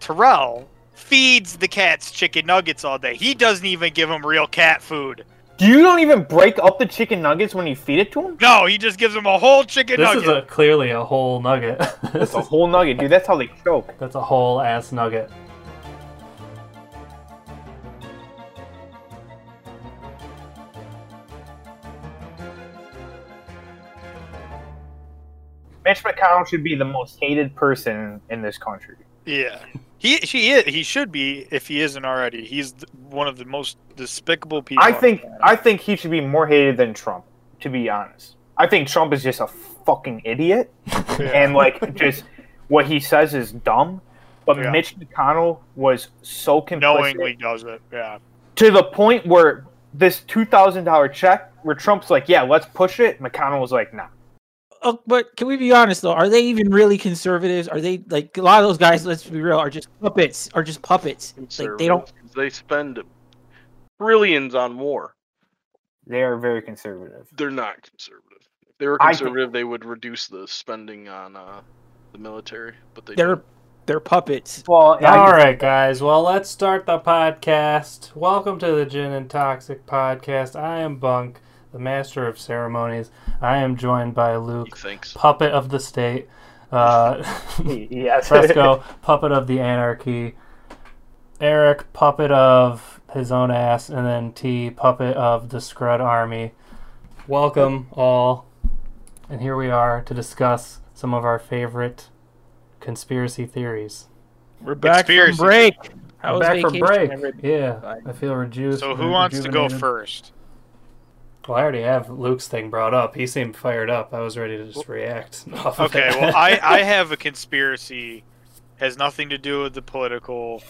Terrell feeds the cats chicken nuggets all day. He doesn't even give them real cat food. You don't even break up the chicken nuggets when you feed it to him. No, he just gives them a whole chicken This nugget. is a, clearly a whole nugget. That's a whole nugget, dude. That's how they choke. That's a whole ass nugget. Mitch McConnell should be the most hated person in this country. Yeah. He she is, he should be if he isn't already. He's th- one of the most despicable people. I think I think he should be more hated than Trump. To be honest, I think Trump is just a fucking idiot, and like just what he says is dumb. But Yeah. Mitch McConnell was so complicit knowingly does it. Yeah. to the point where this two thousand dollar check, where Trump's like, "Yeah, let's push it," McConnell was like, "Nah." Oh, but can we be honest though? Are they even really conservatives? Are they like a lot of those guys? Let's be real, are just puppets. Are just puppets. Like they don't. Conservatives, They spend trillions on war. They are very conservative. They're not conservative. If they were I think- conservative, they would reduce the spending on uh, the military. But they They're don't. they're puppets. Well, Now All you- right, guys. Well, let's start the podcast. Welcome to the Gin and Toxic podcast. I am Bunk, the master of ceremonies. I am joined by He Luke, thinks. puppet of the state. Uh, yes, Fresco, puppet of the anarchy. Eric, puppet of his own ass, and then T, puppet of the Scrud Army. Welcome all, and here we are to discuss some of our favorite conspiracy theories. We're back Conspiracy. from break. How I'm was back from vacation, break. everybody? Yeah, Bye. I feel reduced. So who wants to go rejuvenated. first? Well, I already have Luke's thing brought up. He seemed fired up. I was ready to just react. off of Okay, it. well I I have a conspiracy has nothing to do with the political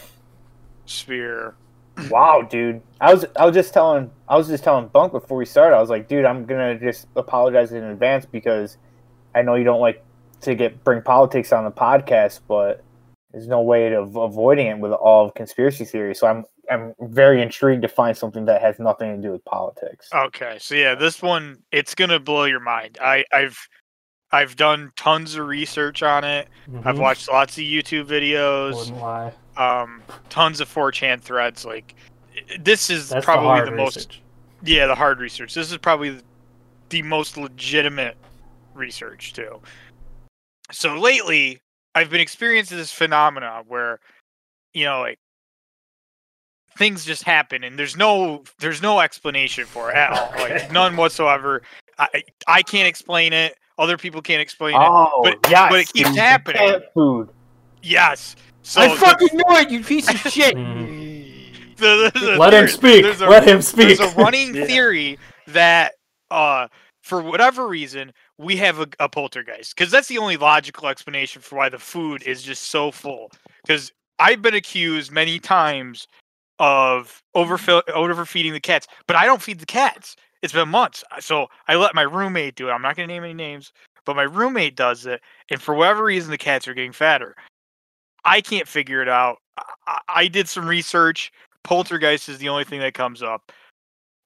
sphere. Wow, dude. I was I was just telling I was just telling Bunk before we started. I was like, dude, I'm gonna just apologize in advance because I know you don't like to get bring politics on the podcast, but there's no way to av- avoiding it with all of conspiracy theories. So I'm I'm very intrigued to find something that has nothing to do with politics. Okay, so yeah, this one it's gonna blow your mind. I I've I've done tons of research on it. I've Mhm. watched lots of YouTube videos. Wouldn't lie. um, tons of 4chan threads. Like this is That's the probably hard the, most research. yeah the hard research. This is probably the most legitimate research too. So lately, I've been experiencing this phenomena where you know like things just happen and there's no there's no explanation for it at all Okay. like none whatsoever i i can't explain it other people can't explain it Oh, but- yes, but it keeps dude, happening. cat food. yes so I the- fucking knew it, you piece of shit. Mm. the- the- the- Let him there's- speak. there's a- Let him speak. There's a running Yeah. theory that, uh, for whatever reason, we have a, a poltergeist because that's the only logical explanation for why the food is just so full. Because I've been accused many times of overfill, overfeeding the cats, but I don't feed the cats. It's been months, I- so I let my roommate do it. I'm not going to name any names, but my roommate does it, and for whatever reason, the cats are getting fatter. I can't figure it out. I, I- I did some research. Poltergeist is the only thing that comes up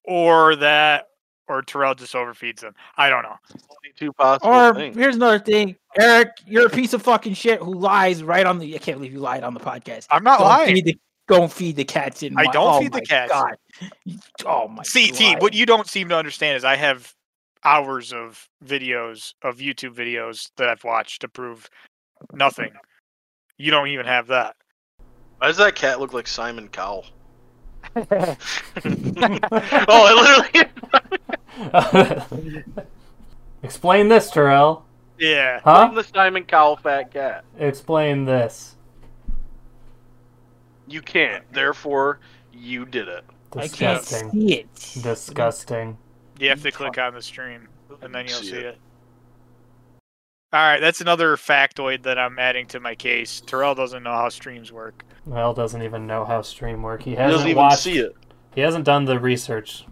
or that or Terrell just overfeeds them. I don't know. Only two possible Or things. here's another thing, Eric, you're a piece of fucking shit who lies right on the. I can't believe you lied on the podcast. I'm not don't lying. Feed the, don't feed the cats in. I my- don't oh feed the my cats. God. You- Oh my. CT, God. what you don't seem to understand is I have hours of videos of YouTube videos that I've watched to prove nothing. You don't even have that. Why does that cat look like Simon Cowell? oh, I literally. Explain this, Terrell. Yeah. I'm Huh? the Simon Cowell fat cat. Explain this. You can't. Therefore, you did it. I can't Disgusting. see it. Disgusting. You have to click on the stream and then you'll see it. All right, that's another factoid that I'm adding to my case. Terrell doesn't know how streams work. Mel doesn't even know how stream work. He He hasn't doesn't even watched. see it. He hasn't done the research.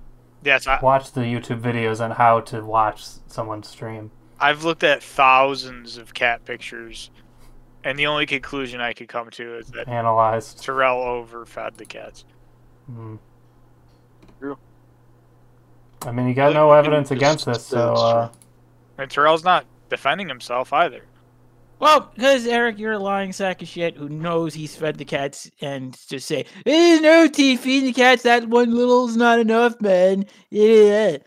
Yes, I, Watch the YouTube videos on how to watch someone stream. I've looked at thousands of cat pictures, and the only conclusion I could come to is that Analyzed. Terrell overfed the cats. Mm. True. I mean, you got Like, no we can evidence just against this, uh, say so it's uh, And Terrell's not defending himself either. Well, because Eric, you're a lying sack of shit who knows he's fed the cats and just say, eh, no, T, feeding the cats that one little's not enough, man. Yeah.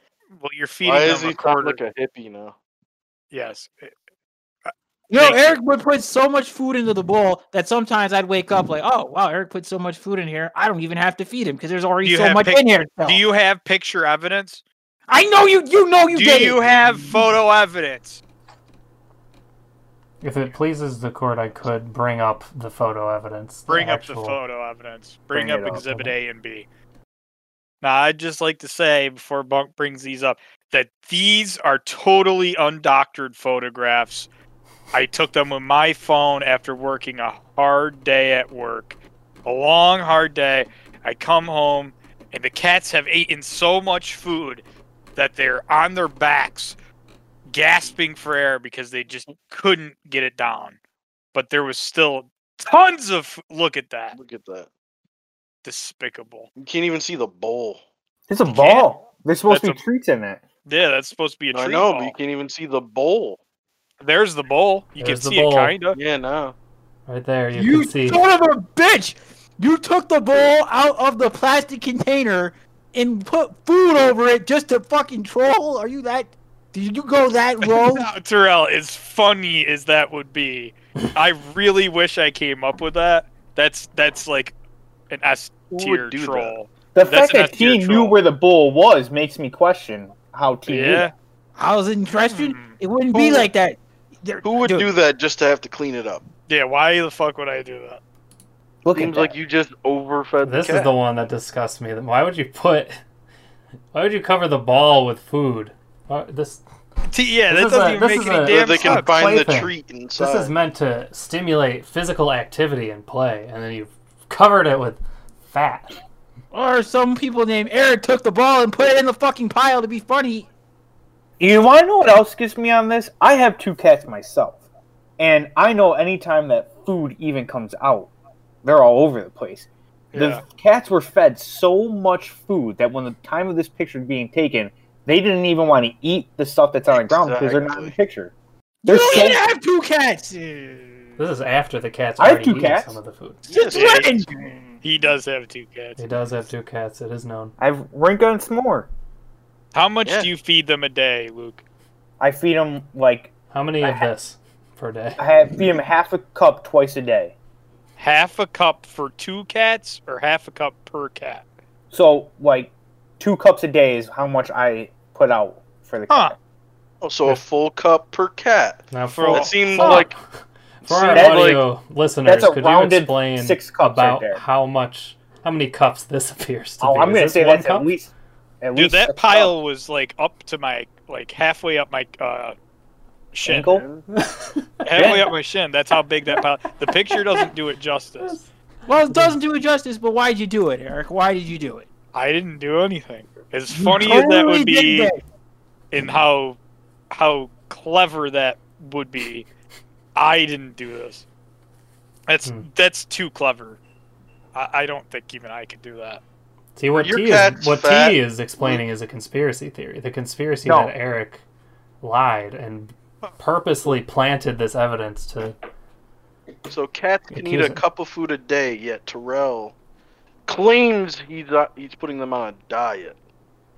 Well, you're feeding Why them is he a sound quarter. like a hippie now? Yes. No, Thank you. Eric would put so much food into the bowl that sometimes I'd wake up like, oh, wow, Eric put so much food in here. I don't even have to feed him because there's Do already you so have much pic- in here. Phil. Do you have picture evidence? I know you, you know you Do did. you it. have photo evidence? If it pleases the court, I could bring up the photo evidence. Bring up the actual- photo evidence. Bring, Bring it up up. exhibit A and B. Now, I'd just like to say before Bunk brings these up that these are totally undoctored photographs. I took them with my phone after working a hard day at work. A long, hard day. I come home, and the cats have eaten so much food that they're on their backs, gasping for air because they just couldn't get it down. But there was still tons of. f- Look at that. Look at that. Despicable. You can't even see the bowl. It's a You ball. There's supposed to be That's treats in it. Yeah, that's supposed to be a tree. I know, but ball. you can't even see the bowl. There's the bowl. You There's the can see it bowl. kind of. Yeah, no. Right there, you, You can see. son of a bitch! You took the bowl out of the plastic container and put food over it just to fucking troll. Are you that? Did you go that low? Terrell, as funny as that would be, I really wish I came up with that. That's that's like an S Who would tier do that? troll. The That's fact that an S-tier T knew troll. where the bull was makes me question how T knew. Yeah. that. I was interested. Hmm. It wouldn't be Who- like that. There- Who would dude, do that just to have to clean it up? Yeah, why the fuck would I do that? Look at Seems that. like you just overfed This the cat. is the one that disgusts me. Why would you put? Why would you cover the ball with food? Why- This T- yeah, This that is doesn't a- even this make is any a- Or damn they sense. can sucks. find the Plaything. treat inside. this is meant to stimulate physical activity and play, and then you covered it with fat. Or some people named Eric took the ball and put it in the fucking pile to be funny. You want to know what else gets me on this? I have two cats myself, and I know anytime that food even comes out, they're all over the place. Yeah. The cats were fed so much food that when the time of this picture is being taken, they didn't even want to eat the stuff that's on the ground because they're not in the Exactly. picture. They're you so didn't have two cats. This is after the cat's I have already two eaten cats. some of the food. Just Yeah. when? He does have two cats. It does have two cats. It is known. I have Rinka and S'more. How much Yeah. do you feed them a day, Luke? I feed them like How many I of ha- this per day? I have, feed them half a cup twice a day. Half a cup for two cats or half a cup per cat? So like two cups a day is how much I put out for the Huh. cat. Oh, so a full cup per cat. Now for That all- That seemed fuck. like for our That's audio listeners, that's a could you rounded explain six cups right about there. how much, how many cups this appears to Oh, be? I'm Is gonna this say one that's cup? at least at Dude, least a that cup. pile was like up to my like halfway up my uh shin. Ankle? Halfway up my shin. That's how big that pile. The picture doesn't do it justice. Well, it doesn't do it justice, but why'd you do it, Eric? Why did you do it? I didn't do anything. As funny as that Totally would be, did that. and how how clever that would be, I didn't do this. That's Hmm. that's too clever. I, I don't think even I could do that. See what Your T is cat's what fat. T is explaining is a conspiracy theory. The conspiracy No. that Eric lied and purposely planted this evidence to. So cats can eat Accuse a it. cup of food a day, yet Terrell claims he's not, he's putting them on a diet.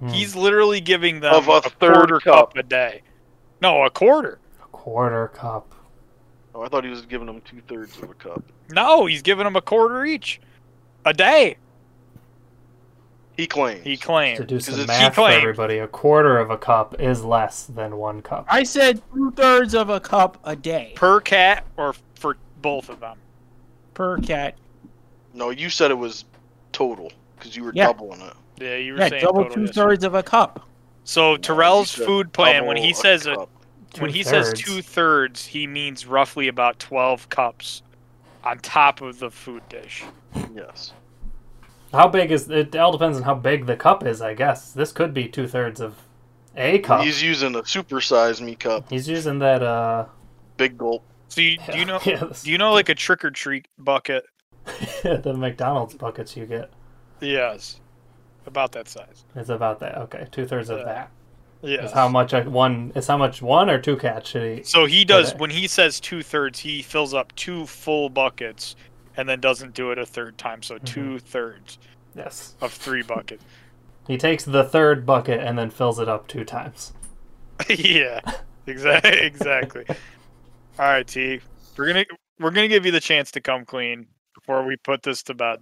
Hmm, He's literally giving them Of a third quarter cup. cup. a day. No, a quarter. a quarter cup. Oh, I thought he was giving them two thirds of a cup. No, he's giving them a quarter each, a day. He claims. He To claimed. do Because some it's- math he for claimed- everybody, a quarter of a cup is less than one cup. I said two thirds of a cup a day per cat or for both of them. per cat. no, you said it was total because you were Yeah. doubling it. Yeah, you were Yeah, saying double total two yesterday. thirds of a cup. So No, Terrell's you said food plan when he double a says a, cup. when he says Two-thirds. two thirds, he means roughly about twelve cups on top of the food dish. yes, How big is it? All depends on how big the cup is, I guess. This could be two thirds of a cup. he's using a supersize me cup. He's using that. uh... Big gulp. So you, do you know yeah, this- do you know like a trick or treat bucket? the McDonald's buckets you get? Yes, about that size. It's about that. Okay, two thirds of Yeah. that. Yeah. Is how much I, one is how much one or two cats should eat. So he does Okay. when he says two thirds, he fills up two full buckets, and then doesn't do it a third time. So Mm-hmm. two thirds Yes. of three buckets. He takes the third bucket and then fills it up two times. yeah, exactly. Exactly. All right, T. We're gonna we're gonna give you the chance to come clean before we put this to bed.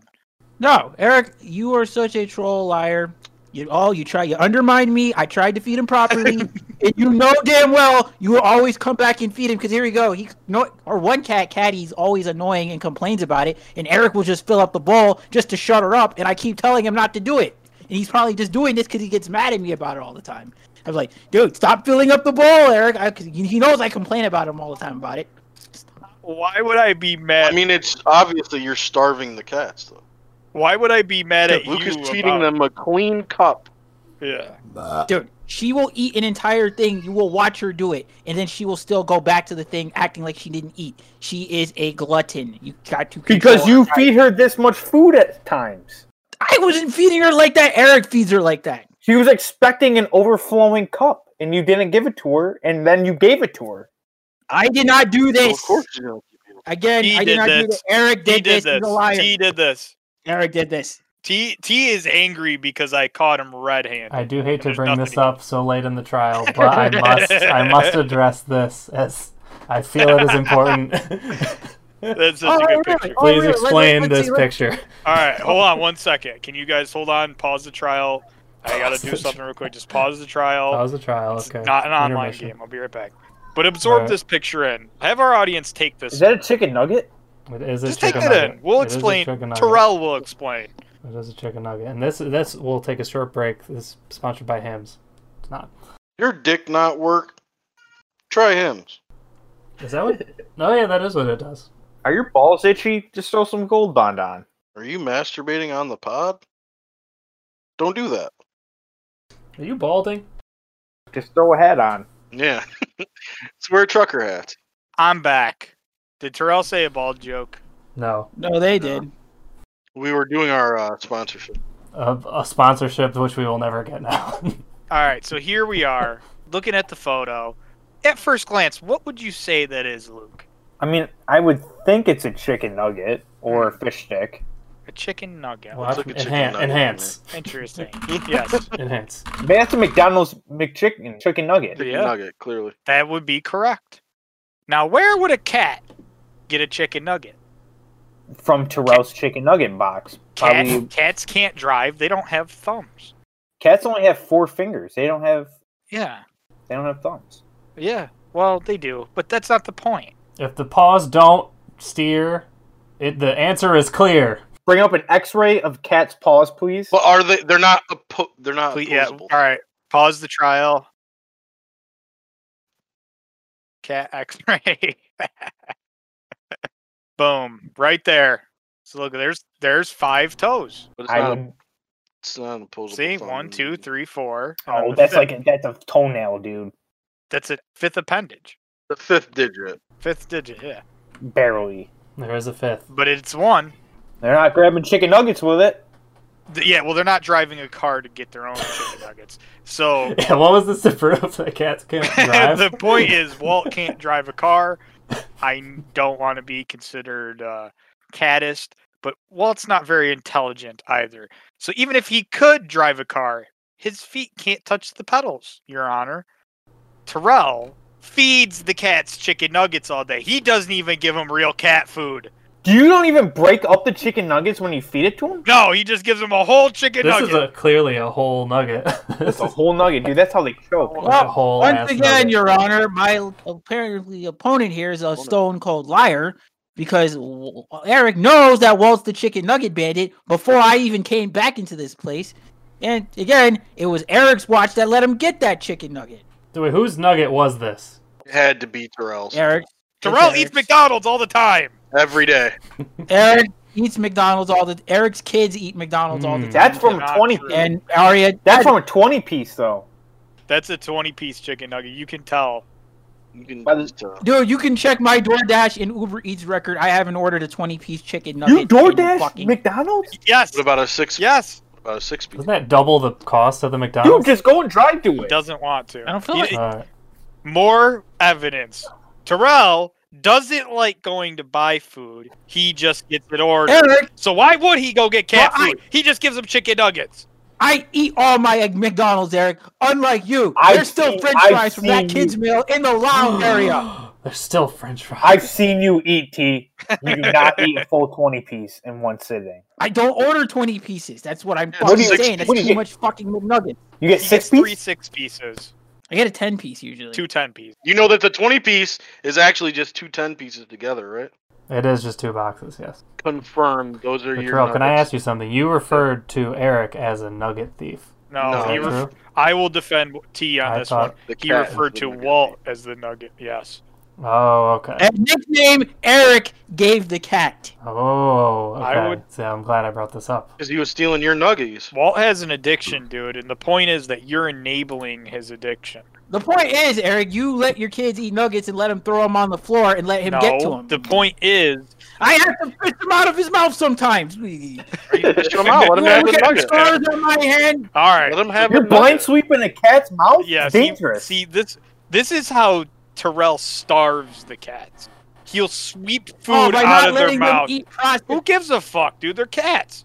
No, Eric, you are such a troll liar. You all you try you undermine me. I tried to feed him properly. and you know damn well you will always come back and feed him because here you go. He no or one cat caddy's always annoying and complains about it, and Eric will just fill up the bowl just to shut her up, and I keep telling him not to do it. And he's probably just doing this because he gets mad at me about it all the time. I was like, dude, stop filling up the bowl, Eric. I, 'cause he he knows I complain about him all the time about it. Why would I be mad? I mean, it's obviously you're starving the cats, though. why would I be mad at Luke you? is feeding about- them a clean cup. Yeah. Dude, she will eat an entire thing. You will watch her do it, and then she will still go back to the thing, acting like she didn't eat. She is a glutton. You got to Because control you her diet. feed her this much food at times. I wasn't feeding her like that. Eric feeds her like that. She was expecting an overflowing cup, and you didn't give it to her, and then you gave it to her. I did not do So this. of course you're gonna keep eating. Again, He I did, did not do this. this. Eric T did did, this. He's a this. liar. T did this. Eric did this. T T is angry because I caught him red-handed. I do hate to There's bring this nothing- up so late in the trial, but I must I must address this as I feel it is important. That's such Oh, a good really? picture. Oh, Please really? Let- explain Oh, let's this see, let- picture. All right, hold on one second. Can you guys hold on? Pause the trial. I gotta Pause do the something real quick. Just pause the trial. That was a trial. Okay. Oh, It's not an online Intermission. game. I'll be right back. But absorb Alright. this picture in. Have our audience take this. Is that a chicken nugget? It is a Just take chicken it nugget. in. We'll It is a explain. chicken nugget. Terrell will explain. It is a chicken nugget, and this this we'll take a short break. This is sponsored by Hams. It's not. Your dick not work. Try Hims. Is that what? oh yeah, that is what it does. Are your balls itchy? Just throw some gold bond on. Are you masturbating on the pod? Don't do that. Are you balding? Just throw a hat on. Yeah. it's wear trucker hats. I'm back. Did Terrell say a bald joke? No. No, they did. We were doing our uh, sponsorship. A, a sponsorship which we will never get now. All right, so here we are looking at the photo. At first glance, what would you say that is, Luke? I mean, I would think it's a chicken nugget or a fish stick. A chicken nugget. Watch, like a chicken enhan- nugget, enhance. Interesting. yes, Enhance. But that's a McDonald's McChicken chicken nugget. Chicken Yeah. nugget, clearly. that would be correct. Now, where would a cat get a chicken nugget? from Terrell's chicken nugget box. Cat, Probably, Cats can't drive. They don't have thumbs. cats only have four fingers. They don't have Yeah. they don't have thumbs. Yeah. Well, they do, but that's not the point. If the paws don't steer, it the answer is clear. Bring up an X-ray of cat's paws, please. But are they? They're not. Oppo- they're not. Ple- yeah. opposable. All right. Pause the trial. Cat X-ray. Boom! Right there. So look, there's there's five toes. But it's I not. would. it's not an opposable. See, thumb. one, two, three, four. and then Oh, the that's fifth. like a, that's a toenail, dude. that's a fifth appendage, The fifth digit. fifth digit. Yeah, Barely. There is a fifth. but it's one. They're not grabbing chicken nuggets with it. Th- Yeah, well, they're not driving a car to get their own chicken nuggets. So Yeah, what was this to prove that cats can't drive? the point is, Walt can't drive a car. I n- don't want to be considered uh, caddist, but Walt's not very intelligent either. So even if he could drive a car, his feet can't touch the pedals, Your Honor. Terrell feeds the cats chicken nuggets all day. He doesn't even give them real cat food. You don't even break up the chicken nuggets when you feed it to them. No, he just gives them a whole chicken this nugget. is a, clearly a whole nugget. this That's a Oh. is whole nugget, dude. That's how they choke. a whole ass Once again, nugget. Your Honor, my apparently opponent here is a stone cold liar because w- Eric knows that Walt's the chicken nugget bandit before I even came back into this place. And again, it was Eric's watch that let him get that chicken nugget. Wait, whose nugget was this? It had to be Terrell's. Eric. Terrell it's eats McDonald's all the time. Every day. Eric eats McDonald's all the Eric's kids eat McDonald's all the Hmm. Mm. time. That's from Not a twenty. true. and Arya. That's from a twenty piece though. That's a 20 piece chicken nugget. You can tell. You can By the- just, uh, Dude, you can check my DoorDash and Uber Eats record. I haven't ordered a 20 piece chicken nugget. You in DoorDash fucking- McDonald's? Yes. what about a six? Yes. Uh, six speed. Doesn't that double the cost of the Dude, McDonald's? Uh, just go and drive to it. Doesn't want to. I don't feel You- like- Alright. more evidence. Terrell doesn't like going to buy food. He just gets it ordered. Eric, So why would he go get cat Well, I- food? He just gives them chicken nuggets. I eat all my egg- McDonald's, Eric. Unlike you, I've there's still seen- French I've fries from that seen kid's meal in the lounge area. There's still French fries. I've seen you eat T. You do not eat a full twenty piece in one sitting. I don't order 20 pieces. That's what I'm Yeah, fucking six- saying. That's what do you too get? much fucking McNugget. You get He six gets three piece. six pieces, I get a 10 piece usually. two ten pieces. You know that the 20 piece is actually just two 10 pieces together, right? It is just two boxes, yes. Confirmed. Those are But your. Terrell, can I nuggets. ask you something? You referred to Eric as a nugget thief. No, No. he Is that ref- true? I will defend T on I this thought- one. The He cat is referred the to nugget. Walt as the nugget. Yes, Oh, okay. A nickname Eric gave the cat. Oh, okay. I would- So I'm glad I brought this up. Because he was stealing your nuggies. Walt has an addiction, dude, and the point is that you're enabling his addiction. The point is, Eric, you let your kids eat nuggets and let them throw them on the floor and let him no, get to them. the point is I have to fish them out of his mouth sometimes. You Are you fishing them out? Let him have want his to get nugget. scars on my hand? all right. Let him have You're his blind nugget. sweeping a cat's mouth. Yeah, see- Oh, dangerous. See, this this is how Terrell starves the cats. He'll sweep Oh, food by out not of their letting mouth. them eat processed Who gives a fuck, dude? They're cats.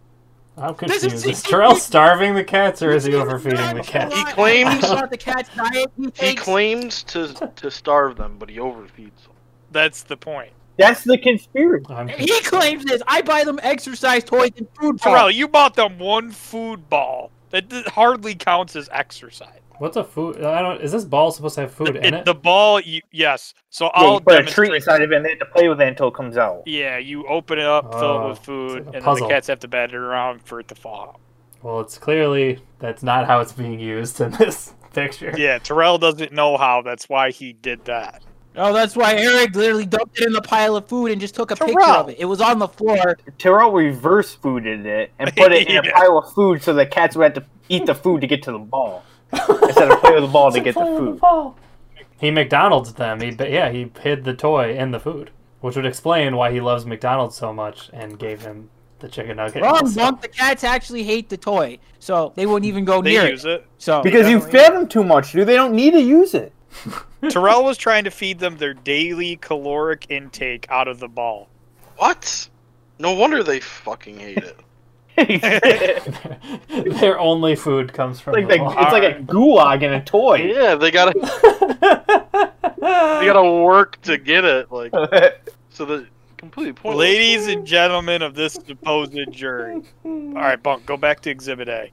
I'm This is- confused. Is Terrell starving the cats or is he He's overfeeding the not cats? He alive. claims- About the cat's diet. He, He takes- claims to to starve them, but he overfeeds them. That's the point. That's the conspiracy. I'm confused. he claims this. I buy them exercise toys and food Terrell, bars. you bought them one food ball. That d- hardly counts as exercise. What's a food? I don't. Is this ball supposed to have food in It- it? the ball, you, yes. So Yeah, I'll you put a treat demonstrate. inside of it and they have to play with it until it comes out. yeah, you open it up, fill it Oh, with food, it's like a and puzzle. then the cats have to bat it around for it to fall out. Well, it's clearly that's not how it's being used in this picture. Yeah, Terrell doesn't know how. That's why he did that. Oh, that's why Eric literally dumped it in the pile of food and just took a picture Terrell. of it. It was on the floor. Terrell reverse fooded it and put it in a Yeah. pile of food so the cats would have to eat the food to get to the ball instead of play with the ball to get the food. He McDonald's them. He but yeah, he hid the toy in the food, which would explain why he loves McDonald's so much and gave him the chicken nugget. Wrong, Monk. The cats actually hate the toy, so they wouldn't even go They near it. use it. So Because you fed them too much, dude. They don't need to use it. Terrell was trying to feed them their daily caloric intake out of the ball. What? No wonder they fucking hate it. it's Their only food comes from like the the, wall. it's like a gulag in a toy. yeah, they gotta they gotta work to get it. Like so, the completely pointless. Ladies and gentlemen of this supposed jury. All right, Bunk, go back to Exhibit A.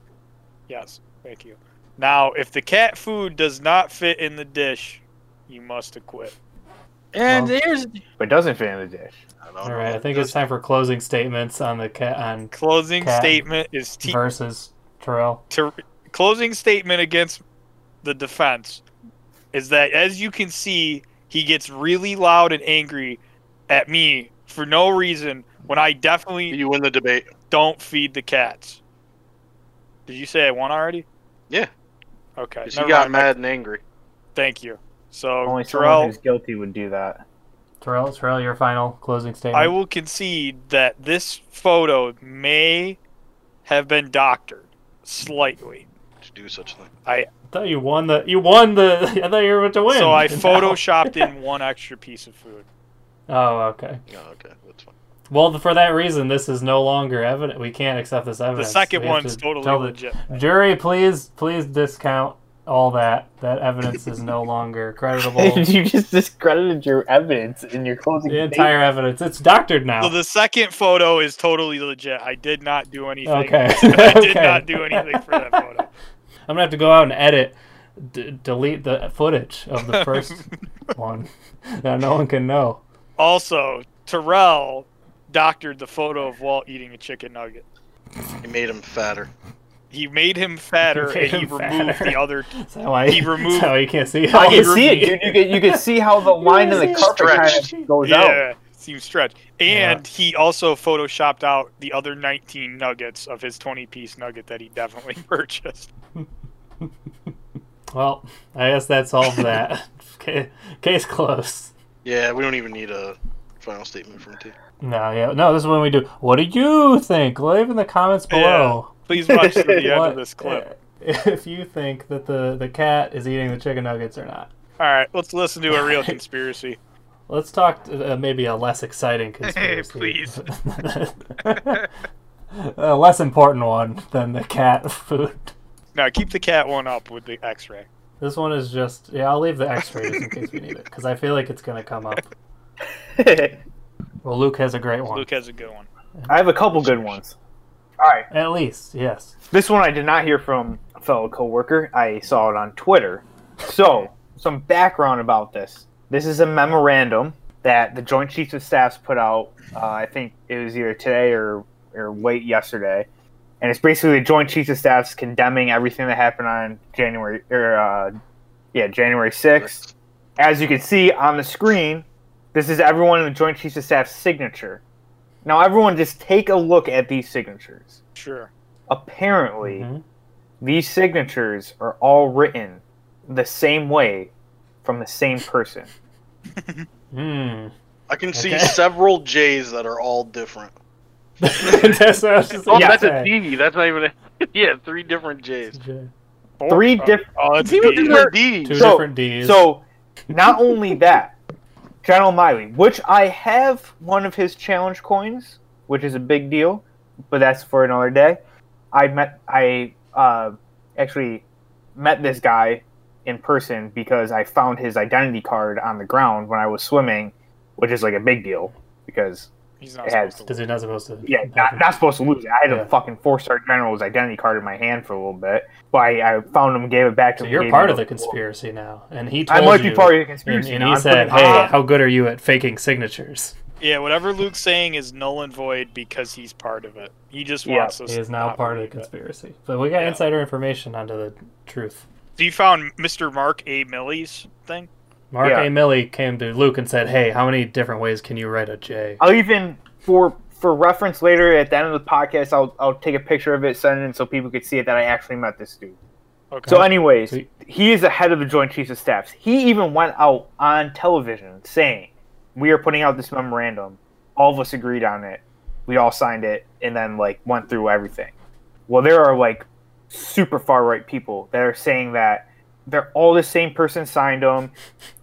Yes, thank you. Now, if the cat food does not fit in the dish, you must acquit. and Oh. Well. here's but it doesn't fit in the dish. I don't All know. right, I think it's time for closing statements on the cat on Closing Cat. statement is T. versus Terrell. Ter- closing statement against the defense is that, as you can see, he gets really loud and angry at me for no reason when I definitely you win the debate. don't feed the cats. Did you say I won already? Yeah. Okay. 'cause never He got mind. mad and angry. Thank you. So, Only someone Terrell, who's guilty would do that. Terrell, Terrell, your final closing statement. I will concede that this photo may have been doctored slightly. to do such thing. I thought you won the. You won the. I thought you were about to win. So I No. photoshopped in one extra piece of food. Oh, okay. Oh, okay, that's fine. Well, for that reason, this is no longer evident. We can't accept this The evidence. second We have one's to totally tell the- legit. Jury, please, please discount all that. That evidence is no longer creditable. you just discredited your evidence in your closing the statement. entire evidence, it's doctored now. So the second photo is totally legit. I did not do anything. Okay. I did Okay. not do anything for that photo. I'm gonna have to go out and edit, d- delete the footage of the first one that no one can know. Also, Terrell doctored the photo of Walt eating a chicken nugget. He made him fatter. He made him fatter He made and he him removed fatter. the other. That's how I. He removed- that's how you can't see. I all can the- see it, dude. You can, you can see how the line in the carpet kind of goes out. Yeah, seems stretched. And he also photoshopped out the other 19 nuggets of his 20 piece nugget that he definitely purchased. Well, I guess that solves that. Ca- Case closed. Yeah, we don't even need a final statement from T. No, yeah, no. This is when we do. What do you think? Leave in the comments below. Please watch to the end What- of this clip. If you think that the, the cat is eating the chicken nuggets or not. All right, let's listen to a real conspiracy. Let's talk uh, maybe a less exciting conspiracy. please. a less important one than the cat food. Now keep the cat one up with the X-ray. This one is just yeah. I'll leave the X-ray just in case we need it because I feel like it's gonna come up. Well, Luke has a great one. Luke has a good one. I have a couple good ones. All right. At least, yes. This one I did not hear from a fellow coworker. I saw it on Twitter. So, some background about this. This is a memorandum that the Joint Chiefs of Staffs put out. Uh, I think it was either today or or late yesterday, and it's basically the Joint Chiefs of Staffs condemning everything that happened on January or uh, yeah January sixth. As you can see on the screen, this is everyone in the Joint Chiefs of Staff's signature. Now, everyone, just take a look at these signatures Sure. apparently Mhm. these signatures are all written the same way from the same person. Hmm. I can see Okay. several J's that are all different. That's what I was just Oh, gonna that's a say. D. That's not even. A, yeah, three different J's. Four- Three oh, different. Oh, that's People a D. do their D's. Two So- different D's. So, not only that, General Miley, which I have one of his challenge coins, which is a big deal, but that's for another day. I met, I uh, actually met this guy in person because I found his identity card on the ground when I was swimming, which is like a big deal because He's not It has- supposed to. because you're not supposed to. Yeah, not, not supposed to lose it. I had Yeah. a fucking four star general's identity card in my hand for a little bit, but I, I found him, gave it back to So him. you're gave part him of the a- conspiracy now, and he I told might you, be part of the conspiracy. and, and now. he I'm said, putting- "Hey, Ah. how good are you at faking signatures?" Yeah, whatever Luke's saying is null and void because he's part of it. He just Yeah, wants us. He is to now not part of the believe it. conspiracy. But we got Yeah. insider information onto the truth. So you found Mr. Mark A. Millie's thing? Mark Yeah. A. Milley came to Luke and said, "Hey, how many different ways can you write a J?" I'll even for for reference later at the end of the podcast, I'll I'll take a picture of it, send it in so people could see it that I actually met this dude. Okay. So, anyways, Sweet. he is the head of the Joint Chiefs of Staffs. He even went out on television saying, "We are putting out this memorandum. All of us agreed on it. We all signed it, and then like went through everything." Well, there are like super far right people that are saying that they're all the same person signed them.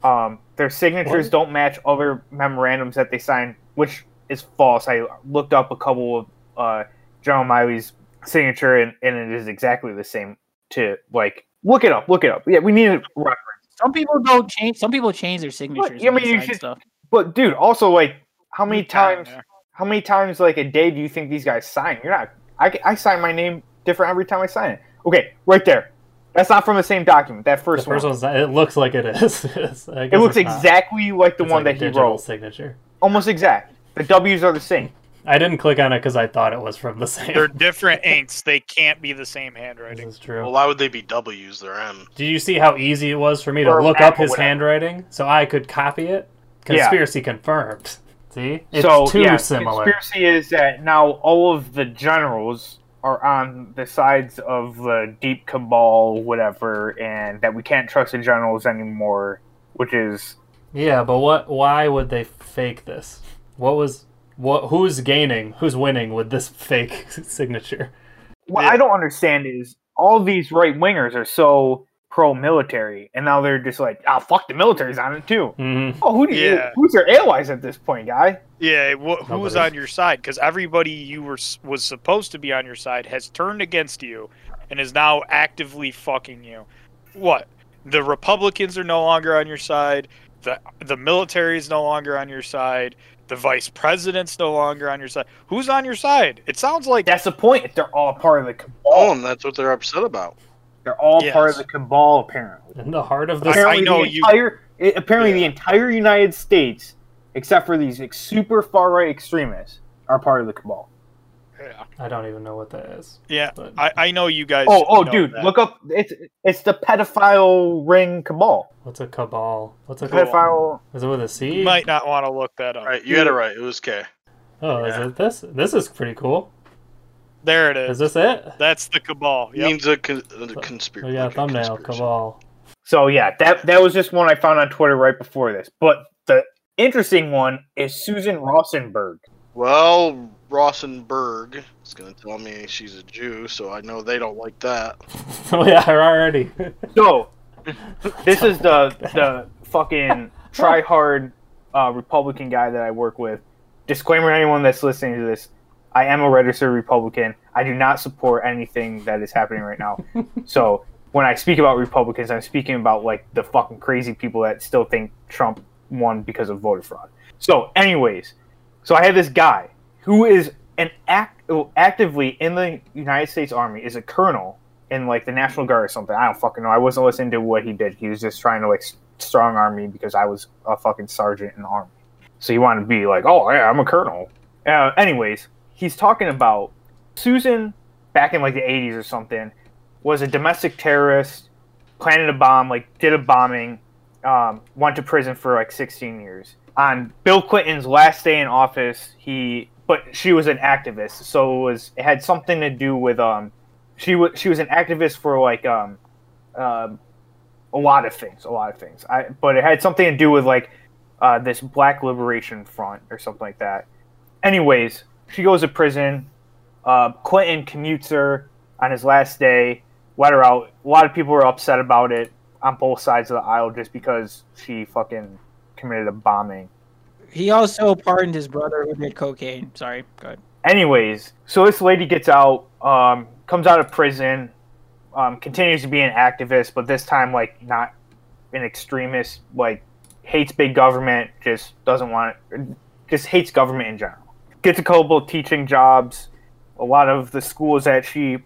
Um, their signatures don't match other memorandums that they signed, which is false. I looked up a couple of uh, John Miley's signature, and, and it is exactly the same to like look it up, look it up. Yeah, we need a reference. Some people don't change. Some people change their signatures. I when mean, they you sign should- stuff. But dude, also like how many Luke down times? there. How many times like a day do you think these guys sign? You're not. I I sign my name different every time I sign it. Okay, right there. That's not from the same document. That The first, first one. one's not, it looks like it is. It looks exactly like the one that he digital wrote. signature. Almost exact. The W's are the same. I didn't click on it because I thought it was from the same. They're different inks. They can't be the same This handwriting. is true. Well, why would they be W's? They're M. Did you see how easy it was for me to Or look map up or his whatever. handwriting so I could copy it? Yeah. Conspiracy confirmed. See? It's so too yeah, similar. conspiracy is that now all of the generals are on the sides of the deep cabal, whatever, and that we can't trust the generals anymore, which is Yeah, but what why would they fake this? What was what who's gaining? Who's winning with this fake signature? what Yeah. I don't understand is all these right wingers are so pro military, and now they're just like, ah, fuck the military's on it too. Mm-hmm. Oh, who do you? Yeah. Who's your allies at this point, guy? Yeah, wh- who was Nobody's- on your side? Because everybody you were s- was supposed to be on your side has turned against you, and is now actively fucking you. What? The Republicans are no longer on your side. the The military is no longer on your side. The vice president's no longer on your side. Who's on your side? It sounds like That's the point. They're all part of the Oh, cabal. and that's what they're upset about. They're all part Yes. of the cabal, apparently. In the heart of this apparently I know the you- entire it- apparently the Yeah. entire United States, except for these like, super far right extremists, are part of the cabal. yeah. I don't even know what that is. yeah. But I, I know you guys. Oh, oh, know dude, that. look up it's it's the pedophile ring cabal. what's a cabal? What's a cabal? Pedophile. Is it with a C? You might not want to look that up. All right, you had it right. It was K. Oh, Yeah. is it this? This is pretty cool. There it is. Is this it? That's the cabal. It Yep. Means a, con- a conspiracy. We got a thumbnail, cabal. So yeah, that that was just one I found on Twitter right before this. But the interesting one is Susan Rossenberg. Well, Rossenberg is going to tell me she's a Jew, so I know they don't like that. oh yeah, already. So, this is the the fucking try hard uh, Republican guy that I work with. Disclaimer: Anyone that's listening to this, I am a registered Republican. I do not support anything that is happening right now. so when I speak about Republicans, I'm speaking about like the fucking crazy people that still think Trump won because of voter fraud. So, anyways, so I have this guy who is an act actively in the United States Army is a colonel in like the National Guard or something. I don't fucking know. I wasn't listening to what he did. He was just trying to like s- strong arm me because I was a fucking sergeant in the army. So he wanted to be like, oh yeah, I'm a colonel. Uh, anyways, he's talking about Susan back in like the 80s or something was a domestic terrorist, planted a bomb, like did a bombing, um, went to prison for like 16 years. On Bill Clinton's last day in office, he but she was an activist, so it was it had something to do with um she was she was an activist for like um um a lot of things, a lot of things. I but it had something to do with like uh, this Black Liberation Front or something like that. Anyways, she goes to prison. Uh, Clinton commutes her on his last day, let her out. A lot of people were upset about it on both sides of the aisle just because she fucking committed a bombing. He also pardoned his brother who did cocaine. Sorry, go ahead. anyways, so this lady gets out, um, comes out of prison, um, continues to be an activist, but this time like not an extremist, like hates big government, just doesn't want it, just hates government in general. Gets a couple of teaching jobs. A lot of the schools that she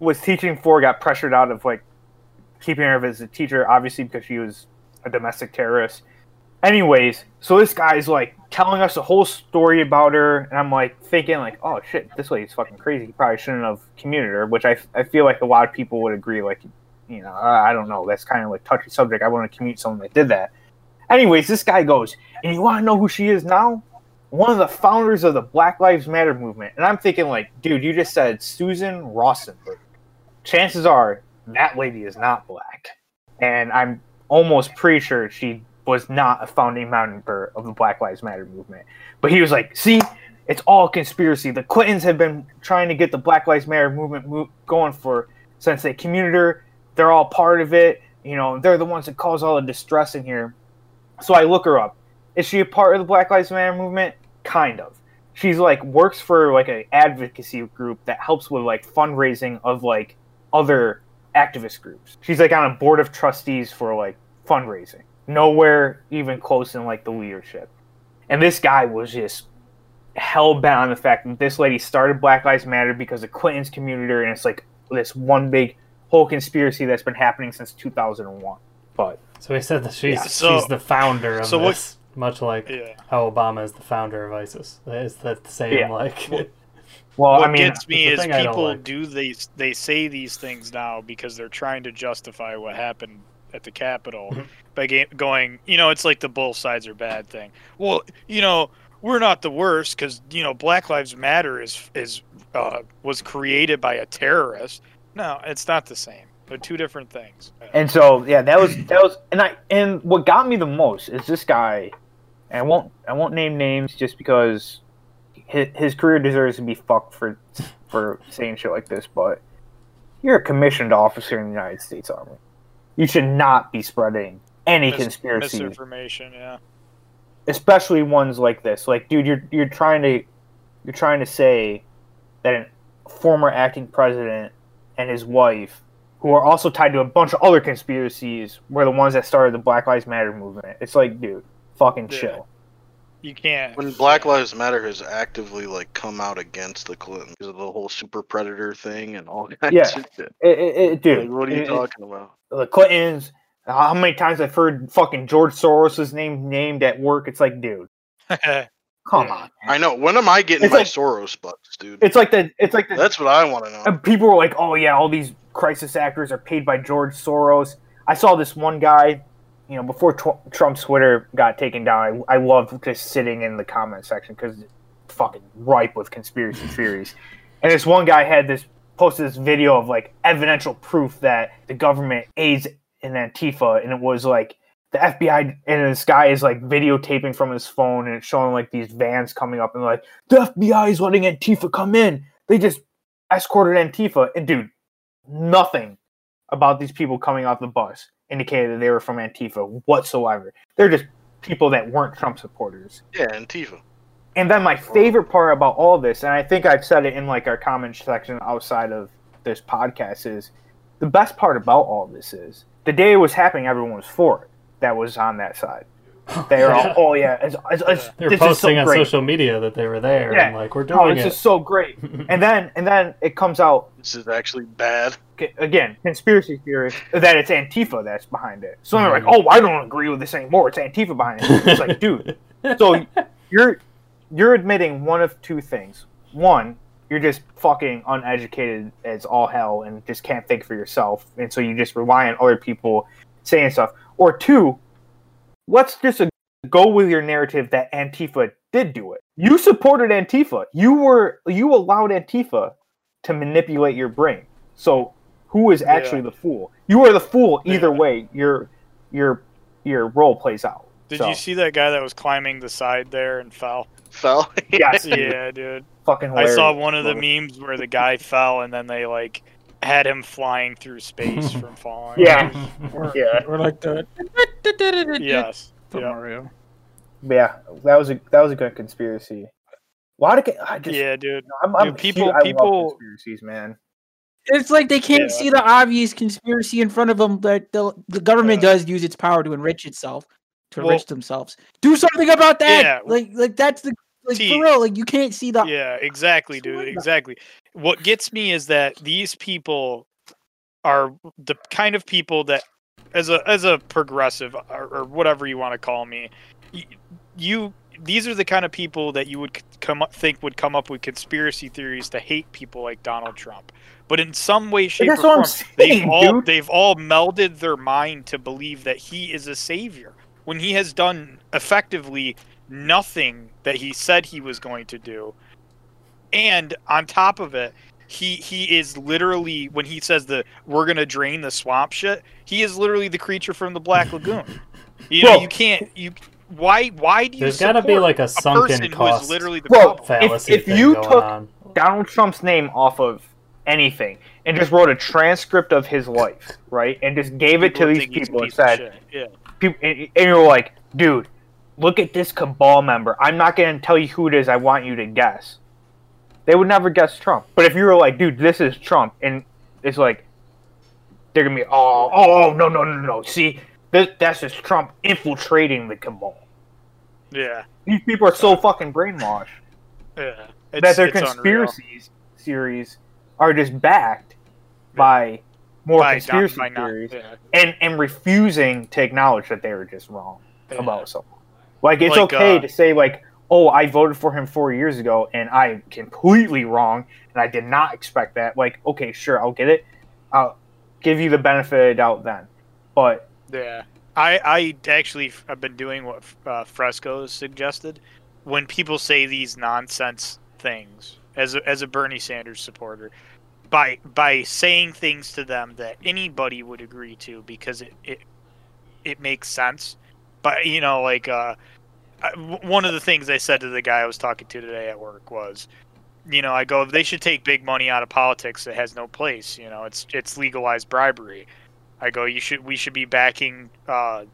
was teaching for got pressured out of like keeping her as a teacher, obviously because she was a domestic terrorist. Anyways, so this guy's like telling us a whole story about her, and I'm like thinking like, oh shit, this lady's fucking crazy. He probably shouldn't have commuted her, which I, I feel like a lot of people would agree. Like, you know, I I don't know. That's kind of like touchy subject. I want to commute someone that did that. Anyways, this guy goes, and you want to know who she is now? One of the founders of the Black Lives Matter movement. And I'm thinking like, dude, you just said Susan Rossenberg. Chances are that lady is not black, and I'm almost pretty sure she was not a founding member of the Black Lives Matter movement. But he was like, see, it's all conspiracy. The Clintons have been trying to get the Black Lives Matter movement mo- going for since they commuted her. They're all part of it. You know, they're the ones that cause all the distress in here. So I look her up. Is she a part of the Black Lives Matter movement? Kind of. She's like works for like an advocacy group that helps with like fundraising of like other activist groups. She's like on a board of trustees for like fundraising. Nowhere even close in like the leadership. And this guy was just hell bent on the fact that this lady started Black Lives Matter because of Clinton's community, and it's like this one big whole conspiracy that's been happening since 2001. But So he said that she's Yeah, so- she's the founder of so what- this, much like Yeah. how Obama is the founder of ISIS. It's that same Yeah. like. Well- well, what I mean, gets me the is thing I don't people like. do these they say these things now because they're trying to justify what happened at the Mm-hmm. Capitol by ga- going, you know, it's like the both sides are bad thing. Well, you know, we're not the worst because you know Black Lives Matter is is uh, was created by a terrorist. No, it's not the same. They're two different things. Uh, And so yeah, that was that was and I and what got me the most is this guy and I won't I won't name names just because his, his career deserves to be fucked for for saying shit like this, but you're a commissioned officer in the United States Army. You should not be spreading any Mis- conspiracies, misinformation. Yeah, especially ones like this. Like dude, you're you're trying to you're trying to say that a former acting president and his wife, who are also tied to a bunch of other conspiracies, were the ones that started the Black Lives Matter movement. It's like, dude, fucking Yeah. chill. you can't. When Black Lives Matter has actively like come out against the Clintons because of the whole super predator thing and all that Yeah. shit. It, it, it- dude, Like, what are it- you it- talking about? the Clintons. How many times I've heard fucking George Soros' name named at work? It's like, dude, come Yeah. on. I know. When am I getting It's my like- Soros bucks, dude? It's like the it's like the That's what I want to know. And people were like, "Oh yeah, all these crisis actors are paid by George Soros." I saw this one guy, you know, before tw- Trump's Twitter got taken down. I, I loved just sitting in the comment section because fucking ripe with conspiracy theories. And this one guy had this posted this video of like evidential proof that the government aids in Antifa, and it was like the FBI and this guy is like videotaping from his phone and it's showing like these vans coming up and like the FBI is letting Antifa come in. They just escorted Antifa and dude, nothing about these people coming off the bus indicated that they were from Antifa whatsoever. They're just people that weren't Trump supporters. Yeah, Antifa. And then my favorite part about all this, and I think I've said it in like our comment section outside of this podcast, is the best part about all this is the day it was happening, everyone was for it. That was on that side. They were all, oh yeah, it's, it's, it's, They were this is so posting on great. social media that they were there Yeah. and like we're Oh, doing this it. is so great. And then and then it comes out This is actually bad. c- again, conspiracy theory that it's Antifa that's behind it. So they're like, oh, I don't agree with this anymore. It's Antifa behind it. It's like, dude, so you're you're admitting one of two things. One, you're just fucking uneducated as all hell and just can't think for yourself, and so you just rely on other people saying stuff. Or two, let's just ag- go with your narrative that Antifa did do it. You supported Antifa. You were you allowed Antifa to manipulate your brain. So who is actually the fool? You are the fool either Yeah. way. Your your your role plays out. Did So, you see that guy that was climbing the side there and fell? Fell. Yes, yeah, dude. fucking I hilarious. saw one of the memes where the guy fell and then they like had him flying through space from falling. Yeah. Yeah. Or like the Yes. For Yeah. Mario. Yeah, that was a that was a good conspiracy. A lot of con- I just Yeah, dude. I'm, I'm Dude, people- huge- I love people- conspiracies, man. It's like they can't Yeah. see the obvious conspiracy in front of them that the, the government Yeah. does use its power to enrich itself, to Uh-huh. Well- enrich themselves. Do something about that. Yeah. Like like that's the like See- for real. Like you can't see the Yeah, exactly, So dude. what the- Exactly. What gets me is that these people are the kind of people that, as a as a progressive or, or whatever you want to call me, you, you these are the kind of people that you would c- come up, think would come up with conspiracy theories to hate people like Donald Trump. But in some way, shape, or that's what I'm form, they've saying, all dude. they've all melded their mind to believe that he is a savior when he has done effectively nothing that he said he was going to do. And on top of it, he he is literally when he says the we're gonna drain the swamp shit, he is literally the creature from the Black Lagoon. You know, Well- you can't you why why do you There's got to be support like a a sunken person who cost is literally the Well, problem? fallacy if thing you going took- on. Donald Trump's name off of anything and just wrote a transcript of his life, right? And just gave it to People these think he's a people and piece of said, shit. yeah. people, and, and you're like, dude, look at this cabal member. I'm not going to tell you who it is. I want you to guess. They would never guess Trump. But if you were like, dude, this is Trump, and it's like, they're going to be, oh, oh, oh, no, no, no, no. See, this, that's just Trump infiltrating the cabal. Yeah. These people are so fucking brainwashed Yeah. that their it's unreal. conspiracies series are just backed by more By not- conspiracy by not- theories yeah. and, and refusing to acknowledge that they were just wrong Yeah. about someone. Like it's Like, okay uh, to say like, "Oh, I voted for him four years ago, and I'm completely wrong, and I did not expect that." Like, okay, sure, I'll get it. I'll give you the benefit of the doubt then. But Yeah, I I actually f- I've been doing what uh, Fresco suggested. When people say these nonsense things, as a, as a Bernie Sanders supporter, by by saying things to them that anybody would agree to because it it, it makes sense. But you know, like uh, I- w- one of the things I said to the guy I was talking to today at work was. You know, I go. They should take big money out of politics. It has no place. You know, it's it's legalized bribery. I go, you should we should be backing uh,